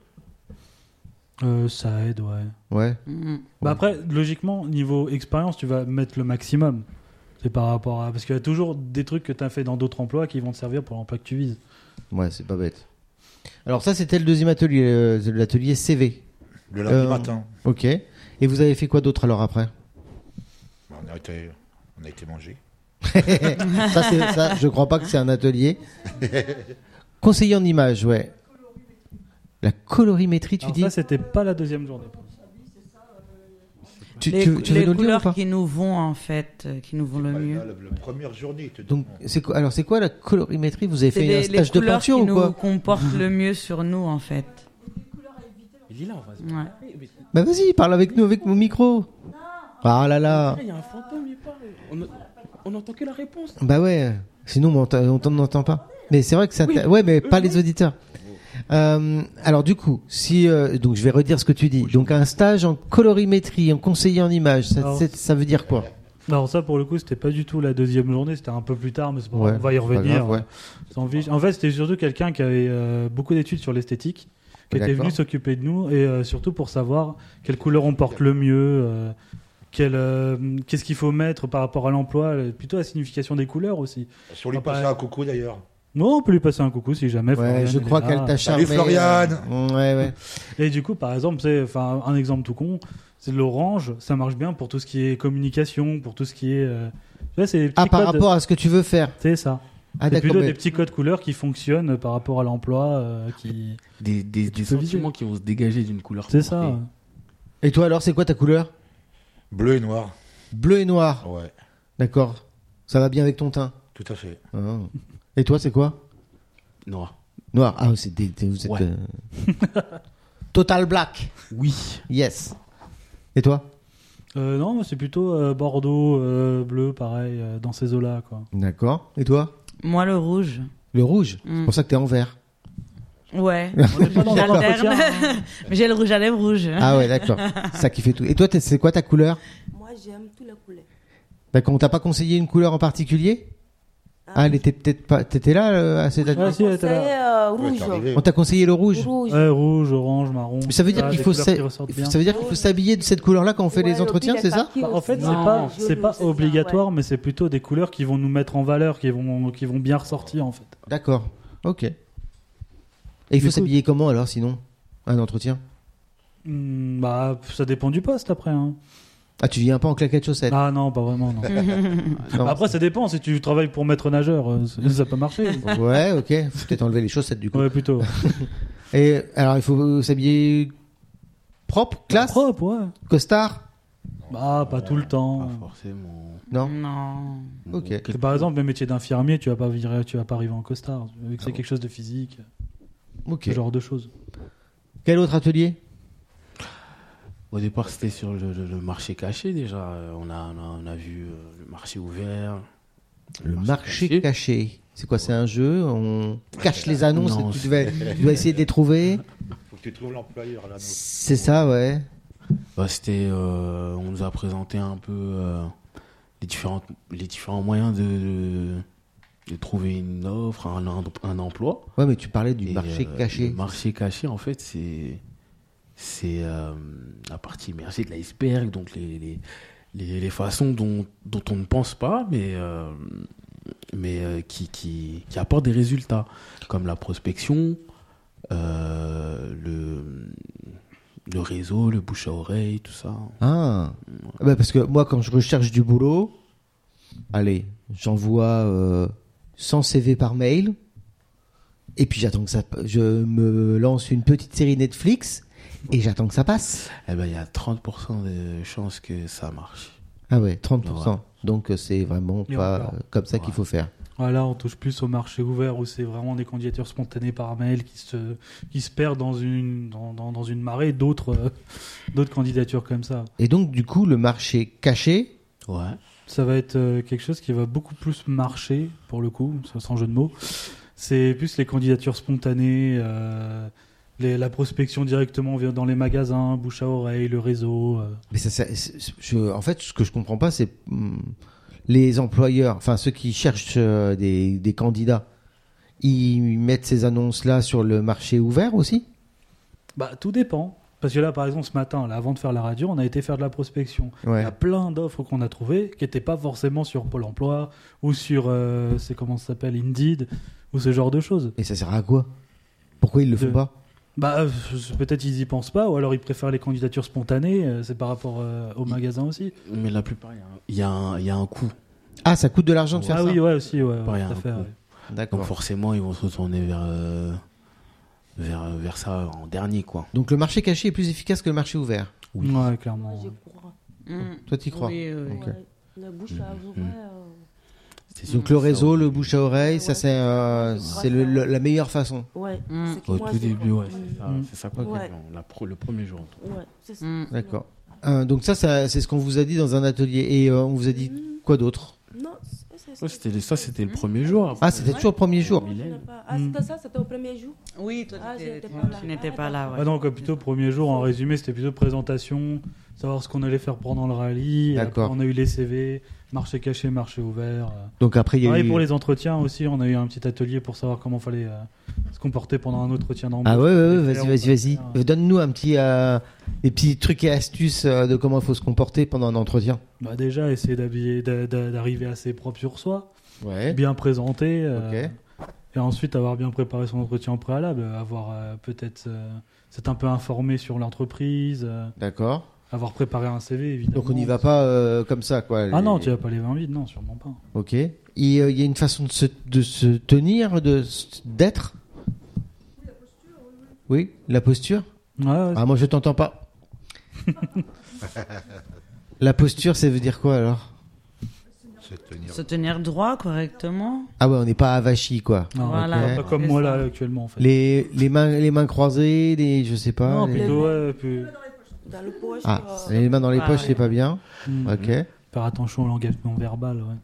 Euh, ça aide, ouais.
Ouais.
Mm.
Bah après, logiquement, niveau expérience, tu vas mettre le maximum. C'est par rapport à. Parce qu'il y a toujours des trucs que tu as fait dans d'autres emplois qui vont te servir pour l'emploi que tu vises.
Ouais, c'est pas bête. Alors ça, c'était le deuxième atelier, euh, l'atelier CV.
Le lundi
Euh,
matin,
Ok. Et vous avez fait quoi d'autre alors après
Bah, on a été, on a été mangé.
Ça, c'est ça. Je crois pas que c'est un atelier. Conseiller en images, ouais. La colorimétrie, tu
Alors
dis
ça, c'était pas la deuxième journée.
Tu,
les
tu- tu
les
veux nous le dire ou
couleurs
pas
qui nous vont en fait, euh, qui nous vont le
Bah,
mieux.
là, la, la première journée, il te
Donc,
dit,
c'est quoi, alors c'est quoi la colorimétrie Vous avez
C'est
fait
les,
un
les
stage de
couleurs qui
peinture ou
nous
quoi
comportent le mieux sur nous en fait. Ouais.
Bah vas-y, parle avec nous avec mon micro. Ah là là.
Il y a un fantôme, il parle. On n'entend que la réponse.
Bah ouais. Sinon, on t'en- on t'en- on n'entend pas. Mais c'est vrai que ça. t'in- Ouais, mais pas les auditeurs. Euh, alors du coup, si euh, donc je vais redire ce que tu dis. Donc un stage en colorimétrie, en conseiller en images, ça,
Alors,
c'est- ça veut dire quoi
Alors, ça, pour le coup, c'était pas du tout la deuxième journée, c'était un peu plus tard, mais c'est pas grave,
Ouais,
on va y
c'est pas
revenir.
grave, ouais.
S'en fiche. En fait, c'était surtout quelqu'un qui avait euh, beaucoup d'études sur l'esthétique, qui était
D'accord.
venu s'occuper de nous, et euh, surtout pour savoir quelle couleur on porte le mieux, euh, quelle, euh, qu'est-ce qu'il faut mettre par rapport à l'emploi, euh, plutôt la signification des couleurs aussi.
si on lui
Ah,
passait
bah,
un coucou d'ailleurs.
Non, on peut lui passer un coucou si jamais.
Ouais,
Floriane,
je
elle
crois
est là.
qu'elle t'a charmé.
Salut, Floriane.
euh, Ouais, ouais.
Et du coup, par exemple, c'est enfin un exemple tout con, c'est l'orange, ça marche bien pour tout ce qui est communication, pour tout ce qui est. euh, tu vois, c'est des petits
Ah, par
codes-
rapport à ce que tu veux faire.
C'est ça.
Ah
c'est
d'accord.
plutôt des
mais-
petits codes couleurs qui fonctionnent par rapport à l'emploi, euh, qui.
Ah,
Des, des, des
peux viser.
sentiments qui vont se dégager d'une couleur.
C'est ça.
portée.
Et toi alors, c'est quoi ta couleur
Bleu et noir.
Bleu et noir.
Ouais,
D'accord. Ça va bien avec ton teint.
tout à fait.
Ah. Et toi, c'est quoi
Noir.
Noir. Ah, c'est des, des- vous êtes.
Ouais.
euh, Total black.
Oui.
Yes. Et toi
Euh, non, moi, c'est plutôt euh, bordeaux, euh, bleu, pareil, euh, dans ces eaux-là, quoi.
D'accord. Et toi
Moi le rouge.
Le rouge. C'est
Mm.
pour ça que t'es en vert.
Ouais.
On est pas dans un
J'alterne.
entretien, hein.
Mais j'ai le rouge à lèvres rouge.
Ah ouais, d'accord. Ça qui fait tout. Et toi, t'es- c'est quoi ta couleur
Moi, j'aime toutes les couleurs.
D'accord, on t'a pas conseillé une couleur en particulier Ah, elle était peut-être pas. T'étais là euh, à cette date
Ouais, si, elle était
Ça y
là.
est, euh,
Ouais,
rouge.
t'es arrivé.
On t'a conseillé le rouge
Rouge.
Ouais, rouge, orange, marron.
Mais ça veut dire
Ah,
qu'il
des
faut
couleurs
s'a-
qui ressortent bien.
ça veut dire qu'il faut s'habiller de cette couleur-là quand on fait
Ouais,
les entretiens,
puis les
c'est ça
kakis
Bah, en
aussi,
fait, c'est
non,
pas,
jaune,
c'est pas
c'est ça, ouais.
obligatoire, mais c'est plutôt des couleurs qui vont nous mettre en valeur, qui vont, qui vont bien ressortir en fait.
D'accord. Ok. Et il
Du
faut
coup-
s'habiller comment alors sinon Un entretien
Hmm, bah, ça dépend du poste après. hein.
Ah, tu viens pas en claquette chaussettes
Ah non, pas vraiment. non.
Non.
Après, ça dépend. Si tu travailles pour maître nageur, euh, ça ça peut marcher.
Ouais, ok. Faut peut-être enlever les chaussettes du coup.
Ouais, plutôt.
Et alors, il faut s'habiller propre, classe,
Propre, ouais.
costard
Bah, pas tout le temps.
Ah,
Pas forcément.
Non.
Non.
Ok.
Et par exemple, le métier d'infirmier, tu vas pas virer- tu vas pas arriver en costard. Vu que c'est quelque chose de physique,
Ah Ok.
ce genre de choses.
Quel autre atelier
Au départ, c'était sur le, le- le marché caché déjà. Euh, On a, on a, on a vu euh, le marché ouvert.
Ah,
Le marché caché. C'est quoi C'est un jeu On cache les annonces
Non,
et tu,
c'est- Ah,
devais- tu dois essayer de les trouver.
Faut que tu trouves l'employeur là.
C'est ça, ouais.
Bah, c'était, euh, on nous a présenté un peu euh, les, différentes, les différents moyens de, de, de trouver une offre, un, em- un emploi.
Ouais, mais tu parlais du
Et,
marché
euh,
caché.
Le marché caché, en fait, c'est c'est euh, la partie immergée de l'iceberg, donc les, les, les, les façons dont, dont on ne pense pas, mais, euh, mais euh, qui, qui, qui apportent des résultats, comme la prospection, euh, le, le réseau, le bouche à oreille, tout ça.
Ah. Bah, parce que moi, quand je recherche du boulot, allez, j'envoie euh, 100 CV par mail. Et puis j'attends que ça. Je me lance une petite série Netflix et j'attends que ça passe.
Eh ben, il y a 30% de chances que ça marche.
Ah ouais, 30%. Donc euh, c'est vraiment
Et
pas
encore.
euh, comme ça qu'il faut faire.
Voilà, Ah, on touche plus au marché ouvert où c'est vraiment des candidatures spontanées par mail qui se, qui se perdent dans une, dans, dans- dans une marée d'autres euh, d'autres candidatures comme ça.
Et donc du coup, le marché caché,
Ouais.
Ça va être euh, quelque chose qui va beaucoup plus marcher, pour le coup, ça, sans jeu de mots. C'est plus les candidatures spontanées, euh, les- la prospection directement via- dans les magasins, bouche à oreille, le réseau. euh.
mais ça, ça- c'est- je- en fait, ce que je comprends pas, c'est hum, les employeurs, enfin ceux qui cherchent euh, des, des candidats, ils mettent ces annonces là sur le marché ouvert aussi.
Bah, tout dépend. Parce que là, par exemple, ce matin, là, avant de faire la radio, on a été faire de la prospection. Il
Ouais.
y a plein d'offres qu'on a trouvées qui n'étaient pas forcément sur Pôle emploi ou sur, euh, c'est comment ça s'appelle, Indeed ou ce genre de choses.
Et ça sert à quoi Pourquoi ils le font
De-
pas
Bah, euh, peut-être ils y pensent pas ou alors ils préfèrent les candidatures spontanées, euh, c'est par rapport euh, au magasin aussi.
Mais la plupart, il y a un- il y, a un- il y a un coût.
Ah, ça coûte de l'argent de faire
Ah
ça.
oui, ouais, aussi, ouais, ouais,
Pas rien,
tout à fait,
un
ouais.
Donc
D'accord.
forcément, ils vont se retourner vers, euh, vers, euh, vers ça en dernier, quoi.
Donc le marché caché est plus efficace que le marché ouvert.
Oui.
Ouais,
Moi,
clairement.
je crois.
Mm.
Toi, t'y crois
Oui, oui.
Ok.
Ouais, La bouche à
Mm.
ouvrir. euh,
C'est sûr
Donc
que
le
Mmh. ça,
réseau,
au-
le bouche à oreille, ça
Ouais.
c'est euh,
Je
c'est
crois
le-
ça.
le- la meilleure façon.
euh, Ouais.
Mm.
c'est que
Au
moi,
tout
je
début,
crois.
ouais, c'est ça,
Mm.
c'est ça qu'on
Ouais.
fait, on- la pro- le premier jour. en tout
Ouais, c'est ça.
Mm.
D'accord. Euh, donc ça, ça c'est ce qu'on vous a dit dans un atelier. Et euh, on vous a dit quoi d'autre
Mm, Non, c'est- c'est-
cas. Ça, c'était ça, c'était le premier
jour,
jour.
après.
Ah, c'était toujours le premier jour.
Moi, je n'ai pas- Ah,
Mm.
c'était ça, c'était au premier jour.
Oui, toi,
Ah,
t'étais-
j'étais
tu
pas là.
tu n'étais pas là. ouais.
Ah non, quoi, plutôt premier jour, en résumé, c'était plutôt présentation, savoir ce qu'on allait faire pendant le rallye. et après,
D'accord.
On a eu les CV, marché caché, marché ouvert. euh.
Donc après, il y a
Pareil
eu...
pour les entretiens aussi, on a eu un petit atelier pour savoir comment fallait euh, se comporter pendant un entretien d'embauche.
Ah ouais, ouais, ouais,
Et
vas-y,
faire,
vas-y,
euh,
vas-y.
faire,
Euh, Donne-nous un petit, euh, des petits trucs et astuces euh, de comment il faut se comporter pendant un entretien.
Bah déjà, essayer d'habiller, d'a- d'a- d'arriver assez propre sur soi,
Ouais.
bien présenté, euh, et ensuite avoir bien préparé son entretien au préalable, avoir euh, peut-être euh, s'être un peu informé sur l'entreprise, euh,
D'accord.
avoir préparé un CV évidemment.
Donc on n'y va pas euh, comme ça, quoi.
Ah
les-
non, tu vas pas les mains vides, non, sûrement pas.
Ok. Et, euh, Il y a une façon de se, de se tenir, de s- d'être. Oui, la posture.
Ouais, ouais,
Ah moi je t'entends pas. la posture, ça veut dire quoi alors
tenir.
Se tenir droit correctement.
Ah ouais, on n'est pas avachi quoi.
non,
Voilà.
Ah, Pas comme
C'est
moi
ça.
là actuellement en fait.
Les, les mains les mains croisées, les je sais pas.
Non,
les...
plutôt, ouais, plus-
Dans le poche.
Ah,
euh,
les mains dans les
Ah,
poches,
ouais.
c'est pas bien.
Hmm.
Ok.
Faire attention à l'engagement verbal, ouais.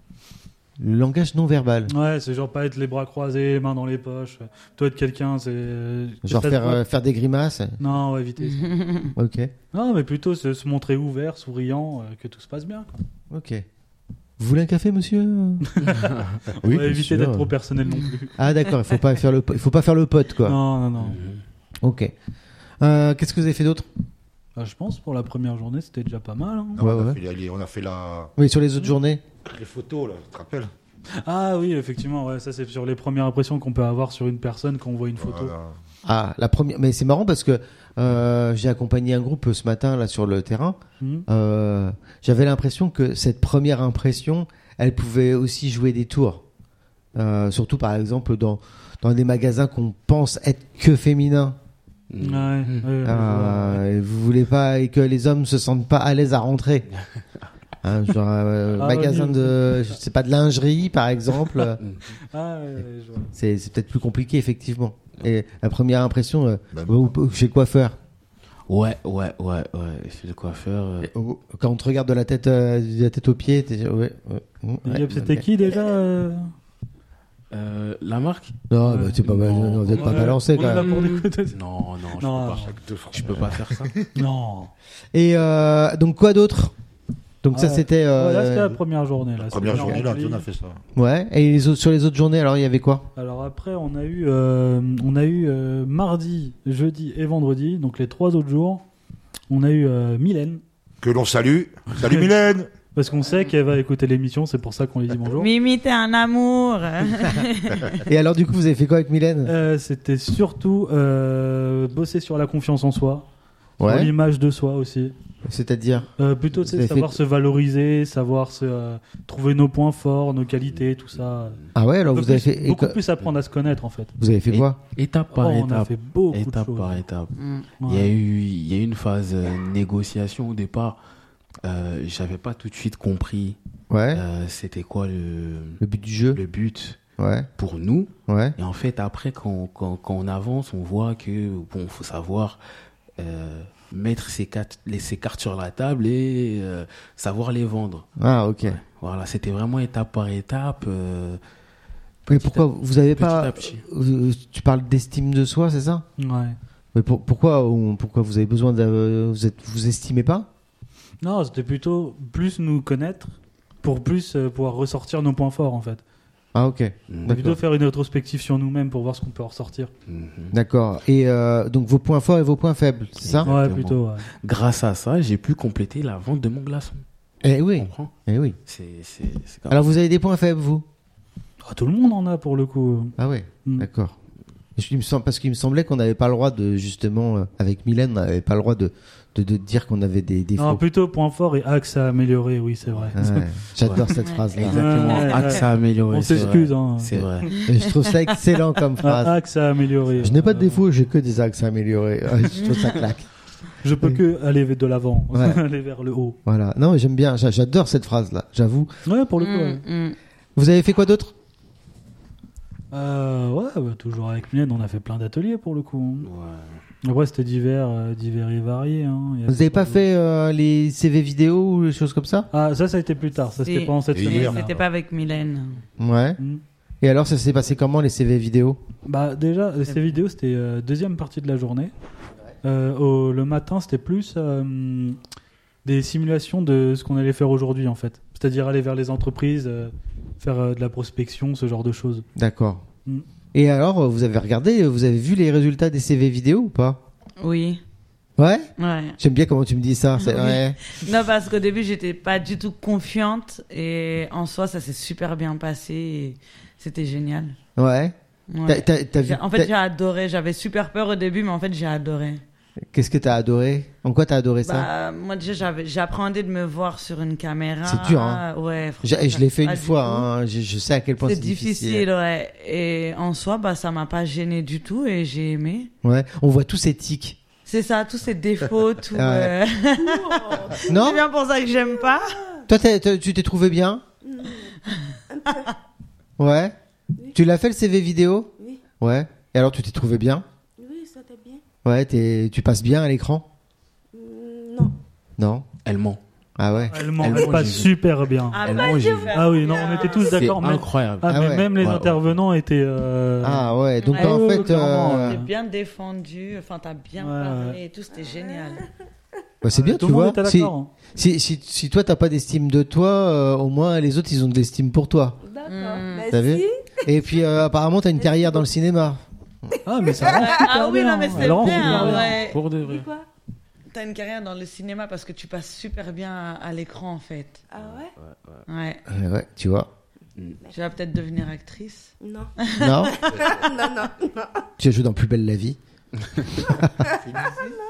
Le langage non verbal.
Ouais, c'est genre pas être les bras croisés, mains dans les poches. Toi, être quelqu'un, c'est.
Genre
c'est- Mm.
faire, euh, faire des grimaces.
Non, ouais, éviter. ça.
Ok.
non, mais plutôt se, se montrer ouvert, souriant, euh, que tout se passe bien. quoi.
Ok. Vous voulez un café, monsieur
On va
bien
éviter
sûr.
d'être trop personnel non plus.
Ah d'accord, il faut pas faire le, il faut pas faire le pote quoi.
Non, non, non.
Ok. Euh, Qu'est-ce que vous avez fait d'autre
Bah, je pense pour la première journée, c'était déjà pas mal. hein.
Non,
Ouais,
on,
ouais.
A fait, la- les- on a fait la,
Oui, sur les autres journées.
les photos, là, tu te rappelles
Ah oui, effectivement, ouais, ça c'est sur les premières impressions qu'on peut avoir sur une personne quand on voit une photo.
Voilà.
Ah, la première. Mais c'est marrant parce que euh, j'ai accompagné un groupe ce matin là sur le terrain.
Mhm.
Euh, J'avais l'impression que cette première impression, elle pouvait aussi jouer des tours. Euh, surtout par exemple dans dans des magasins qu'on pense être que féminins.
Ouais,
Mm.
ouais, ouais,
Euh, et vous voulez pas et que les hommes se sentent pas à l'aise à rentrer. Hein, genre euh,
Ah,
magasin
oui.
de, je sais pas, de lingerie par exemple.
je vois. Ah, ouais, je vois.
c'est c'est peut-être plus compliqué effectivement. Et la première impression, euh,
Bah,
bah, ou- ou chez le coiffeur.
Ouais, ouais, ouais, ouais. Chez le coiffeur. euh,
Et, oh, Quand on te regarde de la tête, euh, de la tête aux pieds, t'es- ouais, ouais, ouais,
Big up,
ouais,
c'était
ouais.
qui déjà euh
euh, la marque
Non, bah, c'est pas, mal,
Non.
non, vous êtes pas
Ouais,
balancé
on est
quand
là
même.
pour des côtés.
Non, non, je
Non,
peux pas.
non.
Je peux pas faire ça.
Non.
Et euh, donc quoi d'autre Donc ça
Ouais.
c'était,
Ouais, là, c'était la
euh,
première journée. Là,
Première
C'était
journée, là,
rempli.
on a fait ça.
ouais. Et les autres- sur les autres journées, alors il y avait quoi
Alors après, on a eu, euh, on a eu euh, mardi, jeudi et vendredi, donc les trois autres jours, on a eu euh, Mylène.
Que l'on salue. Salut Mylène
Parce qu'on sait qu'elle va écouter l'émission, c'est pour ça qu'on lui dit bonjour.
Mimi, t'es un amour.
Et alors du coup, vous avez fait quoi avec Mylène
Euh, c'était surtout euh, bosser sur la confiance en soi, sur
Ouais.
l'image de soi aussi.
C'est-à-dire
Euh, plutôt,
Vous
c'est
avez
savoir
fait-
se valoriser, savoir se, euh, trouver nos points forts, nos qualités, tout ça.
Ah ouais, alors vous
Beaucoup
avez
Bah, plus-
fait. et
beaucoup
que-
plus apprendre à se connaître en fait.
Vous avez fait
Et-
quoi
Étape par
Oh, on a
étape.
fait beaucoup
Étape
de choses.
par étape.
Mm.
Il y a
Ouais.
eu, il y a eu une phase euh, négociation au départ. Euh, J'avais pas tout de suite compris
Ouais.
euh, c'était quoi le,
Le but du jeu.
le but
Ouais.
pour nous.
Ouais.
Et en fait, après, quand, quand, quand on avance, on voit que bon, faut savoir euh, mettre ses cartes, les, ses cartes sur la table et euh, savoir les vendre.
Ah ok.
Voilà, c'était vraiment étape par étape. euh,
Mais
petit
pourquoi vous avez pas
à petit.
Euh, Tu parles d'estime de soi, c'est ça
Ouais.
Mais pour- pourquoi on- pourquoi vous avez besoin de vous êtes vous estimez pas
Non, c'était plutôt plus nous connaître pour plus euh, pouvoir ressortir nos points forts en fait.
Ah ok.
Mm.
On plutôt
D'accord.
faire une rétrospective sur nous-mêmes pour voir ce qu'on peut en ressortir.
Mhm.
D'accord. Et euh, donc vos points forts et vos points faibles, c'est ça
Exact.
Ouais,
Exactement.
plutôt. ouais.
Grâce à ça, j'ai pu compléter la vente de mon glaçon.
Eh
Tu
oui.
comprends
Eh oui.
C'est c'est- c'est comme
Alors vous avez des points faibles vous
Ah, tout le monde en a pour le coup.
Ah ouais.
Mm.
D'accord. Je- il me semble- parce qu'il me semblait qu'on n'avait pas le droit de justement euh, avec Mylène, on n'avait pas le droit de de, de dire qu'on avait des défauts.
Non, plutôt point fort et axe à améliorer, oui, c'est vrai.
Ouais. J'adore cette phrase là.
Exactement.
Ouais, ouais,
Axe à améliorer.
On
c'est
s'excuse.
vrai.
Hein.
C'est vrai.
Et je trouve ça excellent comme
Ah,
phrase.
axe à améliorer.
Je n'ai pas de
Euh,
défaut, j'ai que des axes à améliorer. Ah, Je trouve ça claque.
Je peux que aller de l'avant,
Ouais.
aller vers le haut.
Voilà. Non, mais j'aime bien, j'a- j'adore cette phrase là, j'avoue.
Ouais, pour le coup. Ouais,
Mm, mm.
Vous avez fait quoi d'autre
Euh, ouais, bah, toujours avec Mylène, on a fait plein d'ateliers pour le coup. hein.
Ouais.
Après, c'était divers, euh, divers et variés. hein. Il y a-
Vous n'avez pas fait euh, les CV vidéo ou les choses comme ça
Ah, ça, ça a été plus tard. Ça, c'était
Si.
pendant cette
Et
semaine.
hier.
C'était pas avec Mylène.
Ouais.
Hmm.
Et alors, ça s'est passé comment les CV vidéo
Bah déjà, euh, ces vidéos, c'était euh, deuxième partie de la journée. Euh, au- le matin, c'était plus euh, des simulations de ce qu'on allait faire aujourd'hui, en fait. C'est-à-dire aller vers les entreprises, euh, faire euh, de la prospection, ce genre de choses.
D'accord.
Hmm.
Et alors, euh, vous avez regardé, euh, vous avez vu les résultats des CV vidéo ou pas
Oui.
Ouais
Ouais.
J'aime bien comment tu me dis ça.
Ah
c'est- Ouais.
Non, parce qu'au début, j'étais pas du tout confiante et en soi, ça s'est super bien passé. et C'était génial.
Ouais.
Ouais.
T'as- t'as- t'as vu-
J'ai- En
t'as-
fait, j'ai adoré. J'avais super peur au début, mais en fait, j'ai adoré.
Qu'est-ce que t'as adoré En quoi t'as adoré ça
Bah, moi, déjà, j'avais- j'appréhendais de me voir sur une caméra.
C'est dur, hein.
Ouais, franchement,
J'ai- Je l'ai fait
pas
une
du
fois,
tout.
hein, je, je sais à quel point
C'est difficile, ouais. Et en soi, bah, ça m'a pas gêné du tout et j'ai aimé.
Ouais. On voit tous ces tics.
C'est ça, tous ces défauts, tout.
Ah Ouais.
euh,
Non
C'est bien pour ça que j'aime pas.
Toi, t'as- t'as- tu t'es trouvé bien
Mm.
Ouais. Tu l'as fait le CV vidéo
Oui,
Ouais. Et alors, tu t'es trouvé bien
oui, ça t'est bien.
Ouais, t'es- tu passes bien à l'écran
Hmm, Non,
Non
Elle ment.
Ah ouais.
Elle mange
Elle mange,
pas
j'ai vu.
super bien.
Ah,
Elle
bah,
mange,
je
j'ai
vais
vu.
Ah oui, non, on était tous
C'est
d'accord. Même,
incroyable.
ah, mais
Ah ouais.
même les
Ouais, ouais.
intervenants étaient. euh,
Ah ouais, donc
Ouais,
en
ouais,
fait,
clairement,
euh,
ouais.
T'es bien défendu, enfin t'as bien
Ouais,
parlé et tout, c'était génial.
bah, c'est bien,
tout
tu
le monde
vois.
était
Si,
d'accord, hein.
si, si, si toi t'as pas d'estime de toi, euh, au moins les autres ils ont de l'estime pour toi.
D'accord.
T'as vu
Merci.
Et puis euh, apparemment t'as une carrière dans le cinéma.
Ah, mais ça rend
Ah
super
oui,
bien.
non, mais
Elle
c'est
rend
bien,
super bien.
ouais.
Pour de vrai.
Dis quoi
T'as une carrière dans le cinéma parce que tu passes super bien à, à l'écran en fait.
Ah ouais
Ouais.
Ouais, Euh, ouais, tu vois.
Tu vas peut-être devenir actrice.
Non.
Non,
non, non, non.
tu as joué dans Plus belle la vie. ah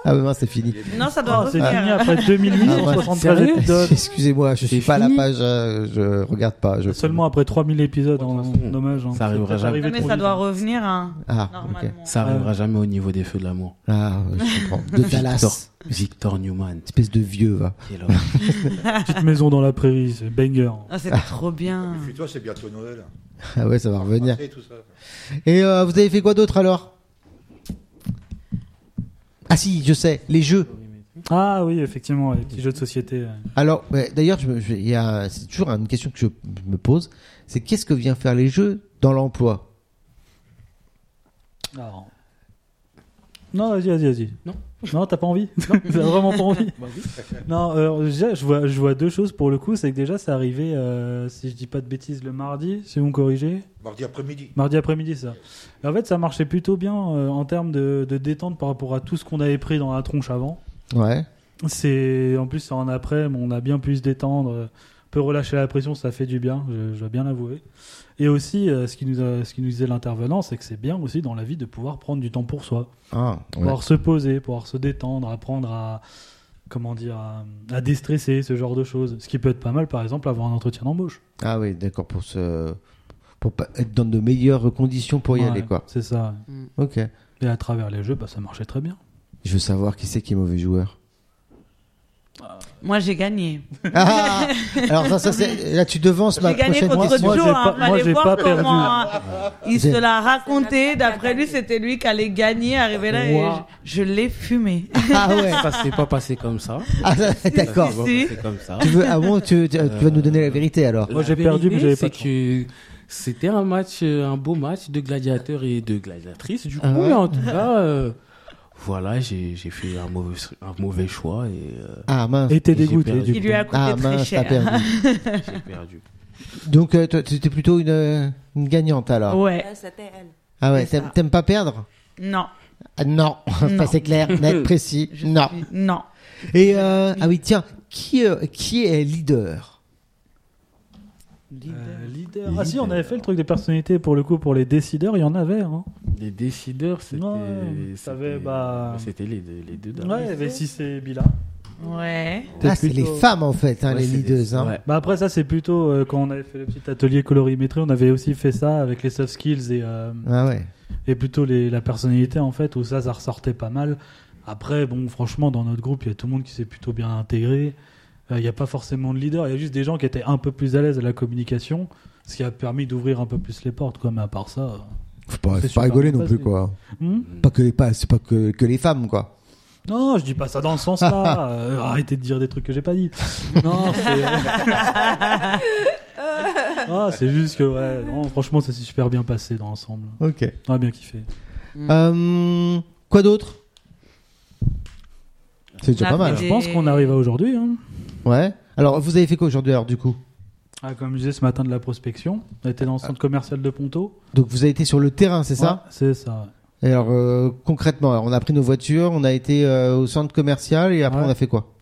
bah mince, c'est fini.
Non, ça doit
Ah, C'est
revenir.
fini après 2873
Sérieux
épisodes.
Excusez-moi, je suis
C'est
pas à la
fini
page, euh, je regarde pas. Je...
Seulement après 3000 épisodes,
De toute
en-
façon,
dommage. hein.
ça arrivera
C'est
jamais.
arrivé
mais
trop
ça
vite.
doit revenir, hein,
Ah, ok.
normalement.
Ça arrivera jamais au niveau des feux de l'amour.
Ah, je comprends. De
Victor,
Dallas,
Victor Newman.
espèce de vieux, va.
qui est là.
Petite maison dans la prairie, c'est banger.
Ah, c'était trop bien.
Puis toi, c'est bientôt Noël.
Ah ouais, ça va revenir.
Passé, tout ça.
Et euh, vous avez fait quoi d'autre alors Ah si, je sais, les jeux.
Ah oui, effectivement, les petits jeux de société. euh.
Alors, ouais, d'ailleurs, je me- je- il y a- c'est toujours une question que je me pose, c'est qu'est-ce que vient faire les jeux dans l'emploi
Alors. Ah. Non, vas-y, vas-y, vas-y.
Non.
Non, t'as pas envie Non, Bah t'as vraiment pas envie Non, euh, déjà, je vois, je vois deux choses pour le coup. C'est que déjà, c'est arrivé, euh, si je dis pas de bêtises, le mardi, si vous me corrigez.
Mardi après-midi.
Mardi après-midi, ça. Et en fait, ça marchait plutôt bien euh, en termes de, de détente par rapport à tout ce qu'on avait pris dans la tronche avant.
Ouais.
C'est en plus c'est en après, mais on a bien pu se détendre, euh, un peu relâcher la pression, ça fait du bien, je, je dois bien l'avouer. Et aussi, euh, ce qui nous a- ce qui nous disait l'intervenant, c'est que c'est bien aussi dans la vie de pouvoir prendre du temps pour soi,
Ah, ouais.
pouvoir se poser, pouvoir se détendre, apprendre à comment dire, à, à déstresser, ce genre de choses. Ce qui peut être pas mal, par exemple, avoir un entretien d'embauche.
Ah oui, d'accord, pour se... pour pas être dans de meilleures conditions pour y
Ouais,
aller, quoi.
C'est ça.
Ok.
Et à travers les jeux, bah, ça marchait très bien.
Je veux savoir qui c'est qui est mauvais joueur.
Moi, j'ai gagné.
Ah Alors ça, ça c'est... là tu devances ma
J'ai gagné
Bah, prochaine
contre
question. Ah,
moi,
Joe.
j'ai
Hein.
pas- moi,
Fallait
j'ai
voir
pas perdu.
comment hein, il se
J'ai-
l'a raconté. D'après lui, c'était lui qui allait gagner. Arrivé là, et
Ouah.
je, je l'ai fumé.
Ah ouais.
Ça s'est pas passé comme ça.
Ah, ça- d'accord.
Ça s'est pas passé comme ça.
Tu veux, ah bon, tu, tu- tu vas nous donner la vérité alors.
Moi,
La
j'ai perdu,
vérité,
mais j'avais pas
c'est
de
que c'était un match, euh, un beau match de gladiateurs et de gladiatrices. Du coup,
Ah ouais
en tout cas, euh, voilà, j'ai j'ai fait un mauvais, un mauvais choix et euh,
Ah mince.
Et t'es
Et j'ai
dégoûté
perdu.
du
Il lui a coûté
Ah
très
mince, t'as
cher.
perdu.
j'ai perdu.
Donc euh, toi, t'étais plutôt une, euh, une gagnante alors.
Ouais.
Elle, C'était elle.
Ah ouais,
c'est
t'aimes
ça.
t'aimes pas perdre
Non.
Ah, Non,
Non.
ça c'est clair, net, précis.
Je
Non.
suis- Non.
Et euh, ah oui, tiens, qui euh, qui est leader
Euh, leader. Ah si, on avait fait le truc des personnalités pour le coup pour les décideurs, il y en avait. Hein.
Les décideurs, c'était
Ouais, t'avais,
c'était-
bah-
c'était les deux, les deux derniers.
Ouais, il y avait 6 et Bila.
Ouais.
Ah, c'est
plutôt-
les femmes en fait, hein,
Ouais,
les
c'est des-
leaders. Hein.
ouais.
Bah après ça c'est plutôt euh, quand on avait fait le petit atelier colorimétrie, on avait aussi fait ça avec les soft skills et, euh,
Ah ouais.
et plutôt les, la personnalité en fait où ça ça ressortait pas mal. Après bon franchement dans notre groupe il y a tout le monde qui s'est plutôt bien intégré. Euh, Il n'y a pas forcément de leader, il y a juste des gens qui étaient un peu plus à l'aise à la communication, ce qui a permis d'ouvrir un peu plus les portes quoi. Mais à part ça,
Faut
C'est
pas, faut pas
super
rigoler non
bien passé.
plus quoi.
euh, hmm
Pas que les pas, c'est pas que, que les femmes quoi.
Non, je dis pas ça dans le sens là. Euh, arrêtez de dire des trucs que j'ai pas dit. Non, c'est. ah, c'est juste que ouais. non, franchement, ça s'est super bien passé dans l'ensemble.
Ok.
On a bien kiffé.
Euh, quoi d'autre C'est déjà
La
pas mal.
Je pense qu'on arrive à aujourd'hui. Hein.
Ouais. Alors vous avez fait quoi aujourd'hui alors du coup
Ah, comme je disais ce matin de la prospection, on était dans le centre commercial de Ponto.
Donc vous avez été sur le terrain, c'est ça
Ouais, C'est ça. ouais.
Et alors euh, concrètement, alors, on a pris nos voitures, on a été euh, au centre commercial et après
Ouais.
on a fait quoi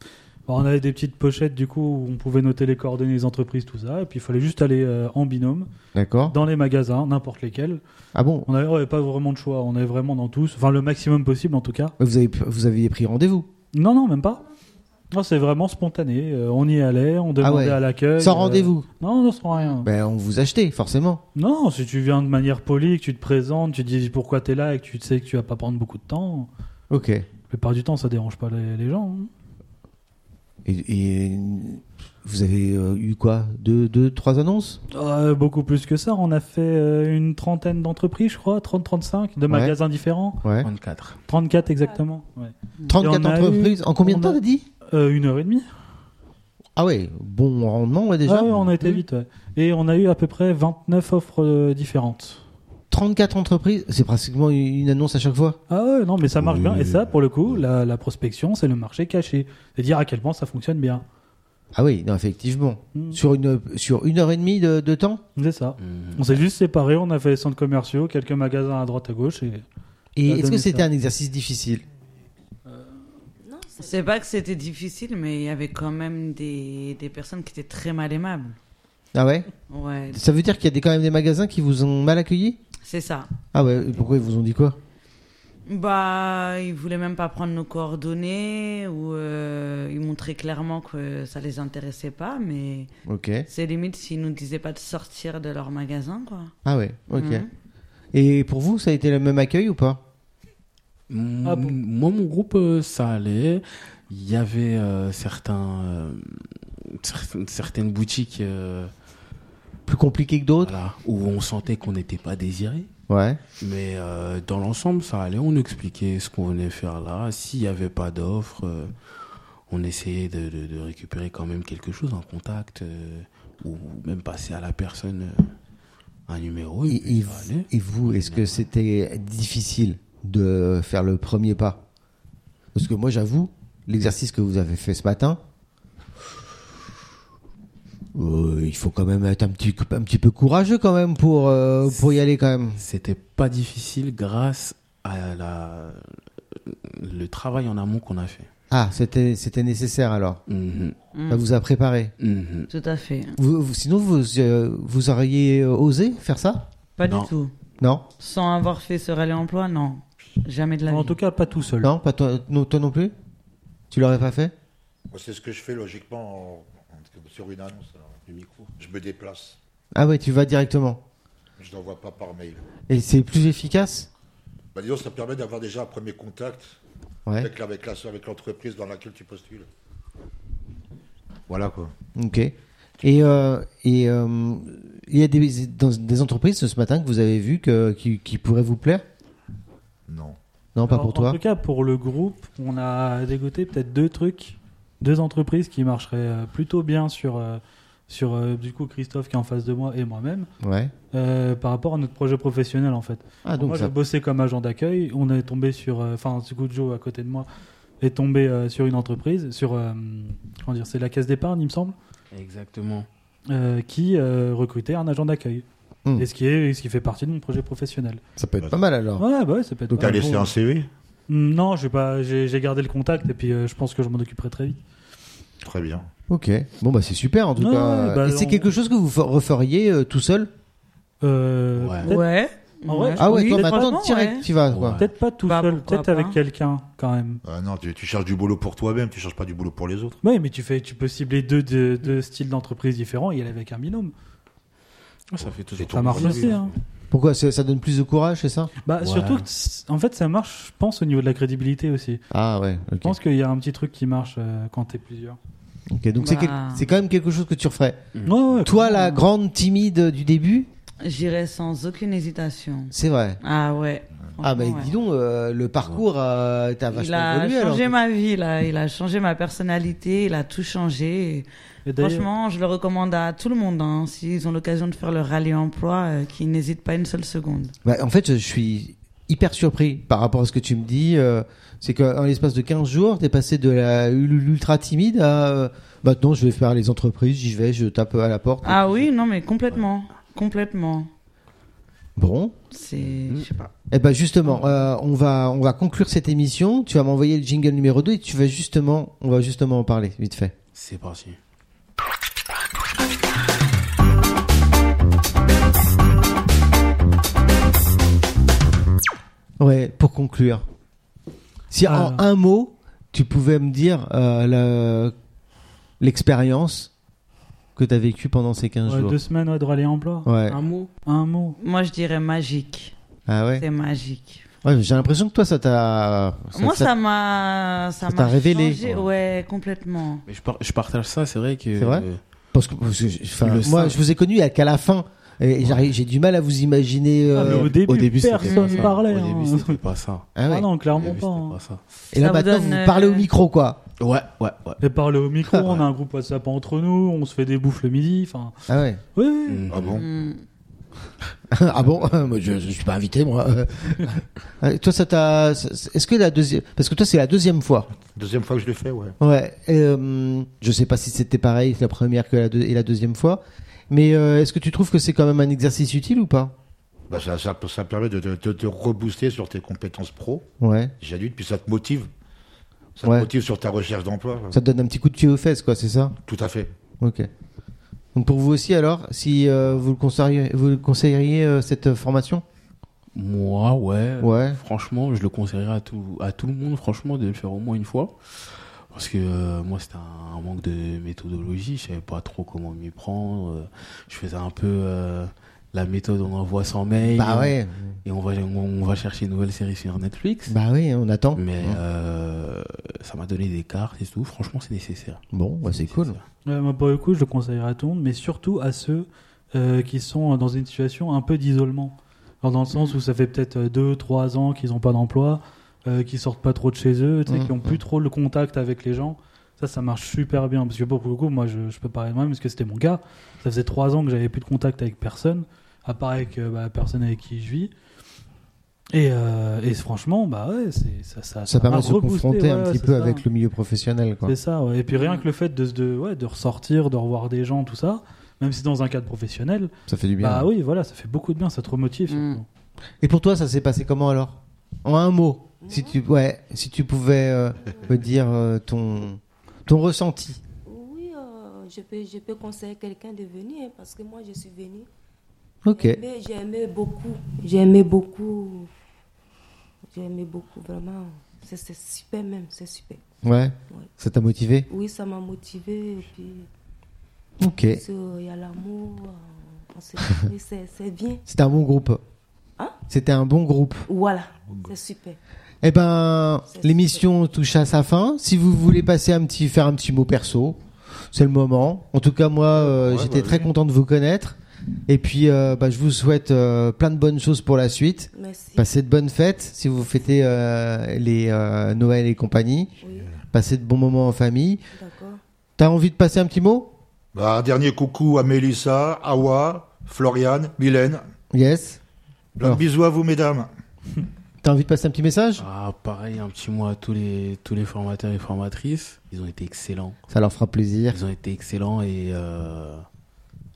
Bon, on avait des petites pochettes du coup où on pouvait noter les coordonnées des entreprises, tout ça. Et puis il fallait juste aller euh, en binôme
D'accord.
dans les magasins, n'importe lesquels.
Ah bon
On avait, on avait pas vraiment de choix. On avait vraiment dans tous, enfin le maximum possible en tout cas.
Vous avez vous aviez pris rendez-vous
Non, non, même pas. Non, c'est vraiment spontané. Euh, on y allait, on demandait
Ah ouais.
à l'accueil.
sans
euh,
rendez-vous
Non, non, sans rien.
Ben on vous achetait forcément.
Non, si tu viens de manière polie, que tu te présentes, tu dis pourquoi t'es là et que tu sais que tu vas pas prendre beaucoup de temps,
Ok. Et,
la plupart du temps, ça dérange pas les, les gens. hein.
et vous avez euh, eu quoi Deux, deux, trois annonces
Euh, beaucoup plus que ça. On a fait euh, une trentaine d'entreprises, je crois, 30-35, de
Ouais.
magasins différents.
Ouais.
34.
34 exactement. ouais.
34
Et on a eu-
entreprises. En combien de
on a-
temps t'as dit
Euh, une heure et demie.
Ah ouais, bon rendement ouais, déjà.
Ah ouais, on a été
Oui.
vite. ouais. Et on a eu à peu près 29 offres euh, différentes.
34 entreprises, c'est pratiquement une annonce à chaque fois.
Ah ouais, non, mais ça marche
Oui.
bien. Et ça, pour le coup, la, la prospection, c'est le marché caché. C'est dire à quel point ça fonctionne bien.
Ah oui, non, effectivement.
Mm.
Sur, une, sur une heure et demie de, de temps.
C'est ça. On s'est juste séparés, on a fait les centres commerciaux, quelques magasins à droite à gauche. Et...
Et
Ça a
est-ce que
donné
c'était
ça.
un exercice difficile
Non, c'est-
C'est pas que c'était difficile, mais il y avait quand même des, des personnes qui étaient très mal aimables.
Ah ouais
Ouais,
Ça veut dire qu'il y a des- quand même des magasins qui vous ont mal accueilli
c'est ça.
Ah ouais, et pourquoi ils vous ont dit quoi
Bah, ils voulaient même pas prendre nos coordonnées ou euh, ils montraient clairement que ça les intéressait pas, mais
Ok.
c'est limite s'ils nous disaient pas de sortir de leur magasin, quoi.
Ah ouais, ok.
Mhm.
Et pour vous, ça a été le même accueil ou pas
Mm,
Ah bon
Moi, mon groupe, euh, ça allait. Il y avait euh, certains, euh, cer- certaines boutiques euh,
Plus compliqué que d'autres
voilà, où on sentait qu'on n'était pas désiré.
Ouais.
Mais euh, dans l'ensemble, ça allait. On expliquait ce qu'on venait faire là. S'il n'y avait pas d'offre, euh, on essayait de, de- de récupérer quand même quelque chose, un contact, euh, ou même passer à la personne euh, un numéro. Et,
Et,
puis
et
ça
vous-
allait.
et vous, est-ce que c'était difficile de faire le premier pas Parce que moi, j'avoue, l'exercice que vous avez fait ce matin, euh, il faut quand même être un petit, un petit peu courageux quand même pour, euh, pour y aller quand même.
C'était pas difficile grâce à la, le travail en amont qu'on a fait.
Ah, c'était c'était nécessaire alors.
Mhm,
Mm.
Ça vous a préparé.
mhm.
Tout à fait.
Vous, vous- sinon, vous, euh, vous auriez euh, osé faire ça
Pas
Non.
du tout.
Non
Sans avoir fait ce rallye emploi, non. Jamais de la
En
vie.
tout cas, pas tout seul.
Non, pas toi, non, toi non plus Tu l'aurais pas fait
Moi, C'est ce que je fais logiquement en- en- sur une annonce alors, du micro. Je me déplace.
Ah ouais, tu vas directement.
Je n'envoie pas par mail.
Et c'est plus efficace
Bah, disons, ça permet d'avoir déjà un premier contact
Ouais.
avec, la- avec, la- avec l'entreprise dans laquelle tu postules. Voilà quoi.
Ok. Et euh, et euh, il y a des, dans- des entreprises ce matin que vous avez vu que, qui, qui pourraient vous plaire
Non.
Non, pas
Alors,
pour toi.
En tout cas, pour le groupe, on a dégoté peut-être deux trucs, deux entreprises qui marcheraient euh, plutôt bien sur, euh, sur euh, du coup Christophe qui est en face de moi et moi-même,
Ouais.
euh, par rapport à notre projet professionnel en fait.
Ah donc
moi,
ça.
j'ai bossé comme agent d'accueil. On est tombé sur, euh, enfin, du coup, Joe à côté de moi est tombé euh, sur une entreprise, sur, euh, comment dire, c'est la caisse d'épargne, il me semble,
Exactement.
euh, qui euh, recrutait un agent d'accueil.
Hmm. Ah.
Et ce qui est, ce qui fait partie de mon projet professionnel.
Ça peut être pas mal alors.
Ouais, bah ouais, ça peut être.
Donc,
pas
T'as
mal.
laissé
Bon,
un CV
Mm, Non, j'ai pas, j'ai j'ai gardé le contact et puis euh, je pense que je m'en occuperai très vite.
Très bien.
Ok. Bon bah c'est super en tout
Ouais,
cas.
ouais, bah,
et c'est
on-
quelque chose que vous fe- referiez euh, tout seul
Euh,
Ouais.
peut-être,
Ouais.
En vrai,
Ah ouais,
oui,
toi
peut-être
maintenant
vraiment,
direct
ouais.
tu vas quoi.
Ouais.
peut-être pas tout
Bah,
seul,
pourquoi
peut-être
pas.
avec quelqu'un quand même.
Ah non, tu, tu cherches du boulot pour toi-même, tu cherches pas du boulot pour les autres.
Oui, mais tu fais, tu peux cibler deux, deux, deux styles d'entreprise différents et aller avec un binôme.
Ah, Ça fait toujours
C'est
Ça marche
produit,
aussi. Hein.
Pourquoi ça ça donne plus de courage, c'est ça
Bah,
Ouais.
Surtout, que c- en fait, ça marche, je pense, au niveau de la crédibilité aussi.
Ah ouais.
Je
Ok.
pense qu'il y a un petit truc qui marche euh, quand t'es plusieurs.
Ok, donc c'est
Bah.
quel- c'est quand même quelque chose que tu referais.
Mm.
Ouais, ouais,
Toi, la grande timide du début,
J'irai sans aucune hésitation.
c'est vrai.
Ah ouais.
Ah, mais
Franchement, ouais.
dis donc, euh, le parcours, euh, t'as
Il
vachement
a
évolué alors.
changé ma vie, là. Il a changé ma personnalité, il a tout changé.
Et d'ailleurs-
Franchement, je le recommande à tout le monde. hein. S'ils ont l'occasion de faire le rallye emploi, euh, qu'ils n'hésitent pas une seule seconde.
Bah, en fait, je suis hyper surpris par rapport à ce que tu me dis. euh, c'est qu'en l'espace de 15 jours, t'es passé de la ultra timide à euh, maintenant, je vais faire les entreprises, j'y vais, je tape à la porte.
Ah oui, non, mais complètement. Complètement.
Bon.
C'est. Je sais pas.
Eh ben justement, euh, on va on va conclure cette émission. Tu vas m'envoyer le jingle numéro 2 et tu vas justement, on va justement en parler vite fait.
C'est parti.
Ouais, pour conclure. Si en
Alors.
un mot, tu pouvais me dire euh, la- l'expérience que tu as vécue pendant ces 15
Ouais,
jours.
deux semaines ouais, de rallye emploi.
Ouais.
Un mot
Un mot.
Moi, je dirais magique.
Ah ouais.
C'est magique.
Ouais, J'ai l'impression que toi, ça t'a.
Moi, ça m'a. Ça
ça t'a
m'a
révélé,
changé.
quoi.
Ouais, complètement.
Mais je, par- je partage ça, c'est vrai que.
C'est vrai
euh,
Parce que, parce que- enfin,
Le
moi,
sein.
je vous ai connu à- qu'à la fin Et j'arrive- j'ai du mal à vous imaginer.
Ah, mais
euh,
au début,
c'était
personne
pas ça.
parlait,
Au début,
hein.
c'était pas ça.
ah ouais.
Ah non,
Au
clairement
début,
pas.
Eh c'était
hein.
pas ça.
Et là
Ça vous
maintenant,
donne,
vous
euh,
parlez au micro, quoi.
Ouais, ouais, ouais.
Et parler au micro, on a un groupe WhatsApp entre nous, on se fait des bouffes le midi. Enfin,
Ah ouais.
oui, oui.
Mm.
Ah bon
Hmm.
ah bon Moi, je, je suis pas invité, moi. Euh, toi, ça t'a. c'est- Est-ce que la deuxième. Parce que toi, c'est la deuxième fois.
Deuxième fois que je l'ai fait, ouais.
Ouais. Euh, je sais pas si c'était pareil la première que la deux- et la deuxième fois. Mais euh, est-ce que tu trouves que c'est quand même un exercice utile ou pas
Bah, ça, ça, ça permet de te rebooster sur tes compétences pro,
Ouais.
déjà d'une, puis ça te motive. Ça
Ouais.
te motive sur ta recherche d'emploi.
Ça te donne un petit coup de pied aux fesses, quoi, c'est ça
Tout à fait.
Ok. Donc pour vous aussi, alors, si euh, vous le conseilleriez, vous le conseilleriez euh, cette euh, formation
Moi,
Euh,
ouais.
Ouais.
Franchement, je le conseillerais à tout, à tout le monde, franchement, de le faire au moins une fois. Parce que euh, moi, c'était un, un manque de méthodologie. Je savais pas trop comment m'y prendre. Euh, je faisais un peu euh, la méthode on envoie sans mail.
Bah ouais.
euh,
Et on va, on va chercher une nouvelle série sur Netflix.
Bah oui, on attend.
Mais euh, ça m'a donné des cartes et tout. Franchement, c'est nécessaire.
Bon, bah, c'est cool.
nécessaire.
Ouais, Euh, moi, pour le coup, je le conseillerais à tout le monde, mais surtout à ceux euh, qui sont dans une situation un peu d'isolement. Alors, dans le sens où ça fait peut-être 2-3 ans qu'ils n'ont pas d'emploi, euh, qu'ils sortent pas trop de chez eux, tu sais,
Mhm.
qui n'ont plus trop le contact avec les gens. Ça, ça marche super bien. Parce que pour le coup, moi, je, je peux parler de moi-même, parce que c'était mon cas. Ça faisait 3 ans que j'avais plus de contact avec personne, à part avec euh, bah, la personne avec qui je vis. Et, euh, et franchement, bah ouais, c'est- ça, ça,
Ça permet
m'a
de se
reboosté,
confronter un
ouais,
petit
c'est
peu
ça.
avec le milieu professionnel, quoi.
C'est ça, ouais. et puis rien que le fait de, se- de, ouais, de ressortir, de revoir des gens, tout ça, même si dans un cadre professionnel,
Ça fait du bien.
bah oui, voilà, ça fait beaucoup de bien, ça te remotive.
Mm.
surtout.
Et pour toi, ça s'est passé comment alors En un mot, si tu, ouais, si tu pouvais euh, me dire euh, ton, ton ressenti.
Oui, euh, je, peux, je peux conseiller quelqu'un de venir hein, parce que moi, je suis venue.
Ok.
Mais j'ai aimé beaucoup. J'ai aimé beaucoup. J'ai aimé beaucoup, vraiment. C'est c'est super même, c'est super.
Ouais. Ça t'a motivé
Oui, ça m'a motivée. Et puis,
Ok.
parce que, euh, il y a l'amour. euh, on se retrouve, c'est c'est bien.
C'était un bon groupe.
Hein
C'était un bon groupe.
Voilà, c'est super.
Eh ben,
C'est-
l'émission touche à sa fin. Si vous voulez passer un petit, faire un petit mot perso, c'est le moment. En tout cas, moi, euh,
Ouais,
j'étais
bah
très
oui.
content de vous connaître. Et puis, euh, bah, je vous souhaite euh, plein de bonnes choses pour la suite.
Merci.
Passez de bonnes fêtes si vous fêtez euh, les euh, Noël et compagnie.
Oui,
Passez de bons moments en famille.
d'accord.
T'as envie de passer un petit mot
Bah, un dernier coucou à Mélissa, Awa, Floriane, Mylène.
Yes.
Plein de
Alors.
bisous à vous, mesdames.
T'as envie de passer un petit message
Ah, pareil, un petit mot à tous les, tous les formateurs et formatrices. Ils ont été excellents.
Ça leur fera plaisir.
Ils ont été excellents et, euh,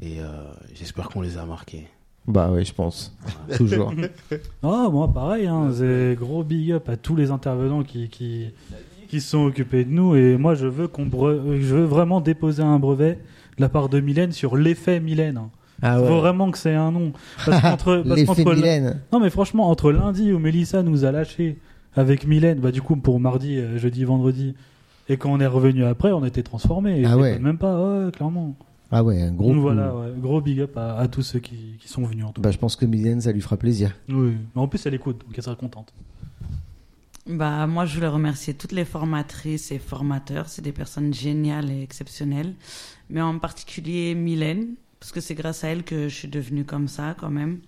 et euh, j'espère qu'on les a marqués.
Bah oui, je pense. Toujours.
Ah, moi pareil, hein, c'est gros big up à tous les intervenants qui, qui, qui se sont occupés de nous, et moi je veux, qu'on bre- euh, je veux vraiment déposer un brevet de la part de Mylène sur l'effet Mylène. hein.
Ah
Faut vraiment que c'est un nom. Parce qu'entre- parce
Les
qu'entre le-
fémilènes.
Non, mais franchement, entre lundi où Mélissa nous a lâchés avec Mylène, bah du coup, pour mardi, euh, jeudi, vendredi, et quand on est revenu après, on était transformés. Et
Ah
je
ouais.
déconne Même pas, ouais, clairement.
Ah ouais, un gros
Donc
coup.
voilà, ouais, gros big up à, à tous ceux qui, qui sont venus en tout cas.
Bah, je pense que Mylène, ça lui fera plaisir.
Oui. Mais en plus, elle écoute, donc elle sera contente.
Bah, moi, je voulais remercier toutes les formatrices et formateurs. C'est des personnes géniales et exceptionnelles. Mais en particulier Mylène, parce que c'est grâce à elle que je suis devenue comme ça, quand même.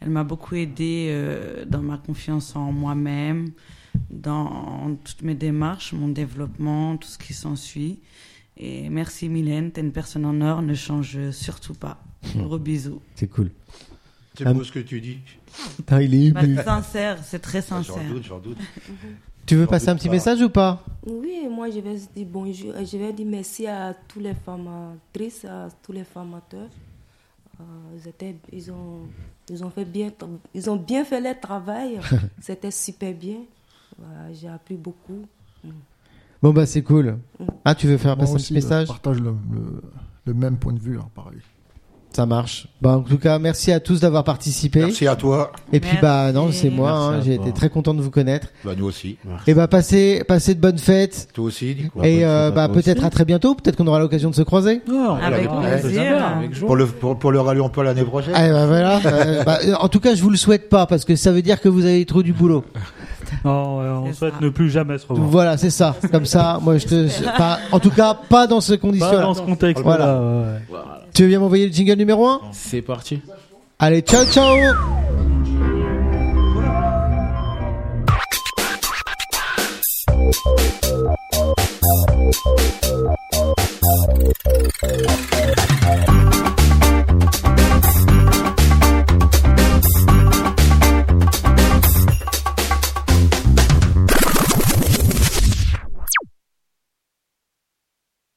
Elle m'a beaucoup aidée euh, dans ma confiance en moi-même, dans toutes mes démarches, mon développement, tout ce qui s'ensuit. Et merci Mylène, t'es une personne en or, ne change surtout pas. Gros bisous.
C'est cool.
C'est
Ah,
beau ce que tu dis.
Putain, il est
Bah,
ému.
c'est sincère, c'est très
Ah, J'en
sincère.
doute, j'en doute.
Tu veux
j'en
passer un
doute
petit
pas.
message ou pas
Oui, moi je vais dire bonjour, euh, je vais dire merci à tous les formatrices, à tous les formateurs. Euh, ils, étaient- ils ont, ils ont fait bien, ils ont bien fait leur travail. C'était super bien. Voilà, J'ai appris beaucoup.
Bon, bah, c'est cool. Ah, tu veux faire
Moi
passer
aussi,
un petit message
je partage le, le- le même point de vue, hein, pareil.
Ça marche. Bah, en tout cas, merci à tous d'avoir participé.
Merci à toi.
Et puis, bah, non, c'est moi.
Merci
hein,
à
J'ai
toi.
été très content de vous connaître.
Bah, nous aussi.
Et bah, passez, passez de bonnes fêtes.
Toi aussi, Nico.
Et
bonne
euh,
fête à
bah,
toi aussi.
peut-être à très bientôt. Peut-être qu'on aura l'occasion de se croiser.
Ah,
Ah,
Avec
Ouais,
plaisir.
Pour le, pour, pour le rallye emploi l'année prochaine.
Ah, bah, voilà. Euh, bah, euh, en tout cas, je vous le souhaite pas parce que ça veut dire que vous avez trop du boulot.
Non, ouais, on
C'est
souhaite
ça.
ne plus jamais se revoir.
Voilà, c'est ça. Comme ça, moi, je te. pas- en tout cas, pas dans ce
Pas
condition-là.
dans ce contexte.
Voilà.
Voilà. ouais, ouais.
Tu veux bien m'envoyer le jingle numéro 1
C'est parti.
Allez, ciao, ciao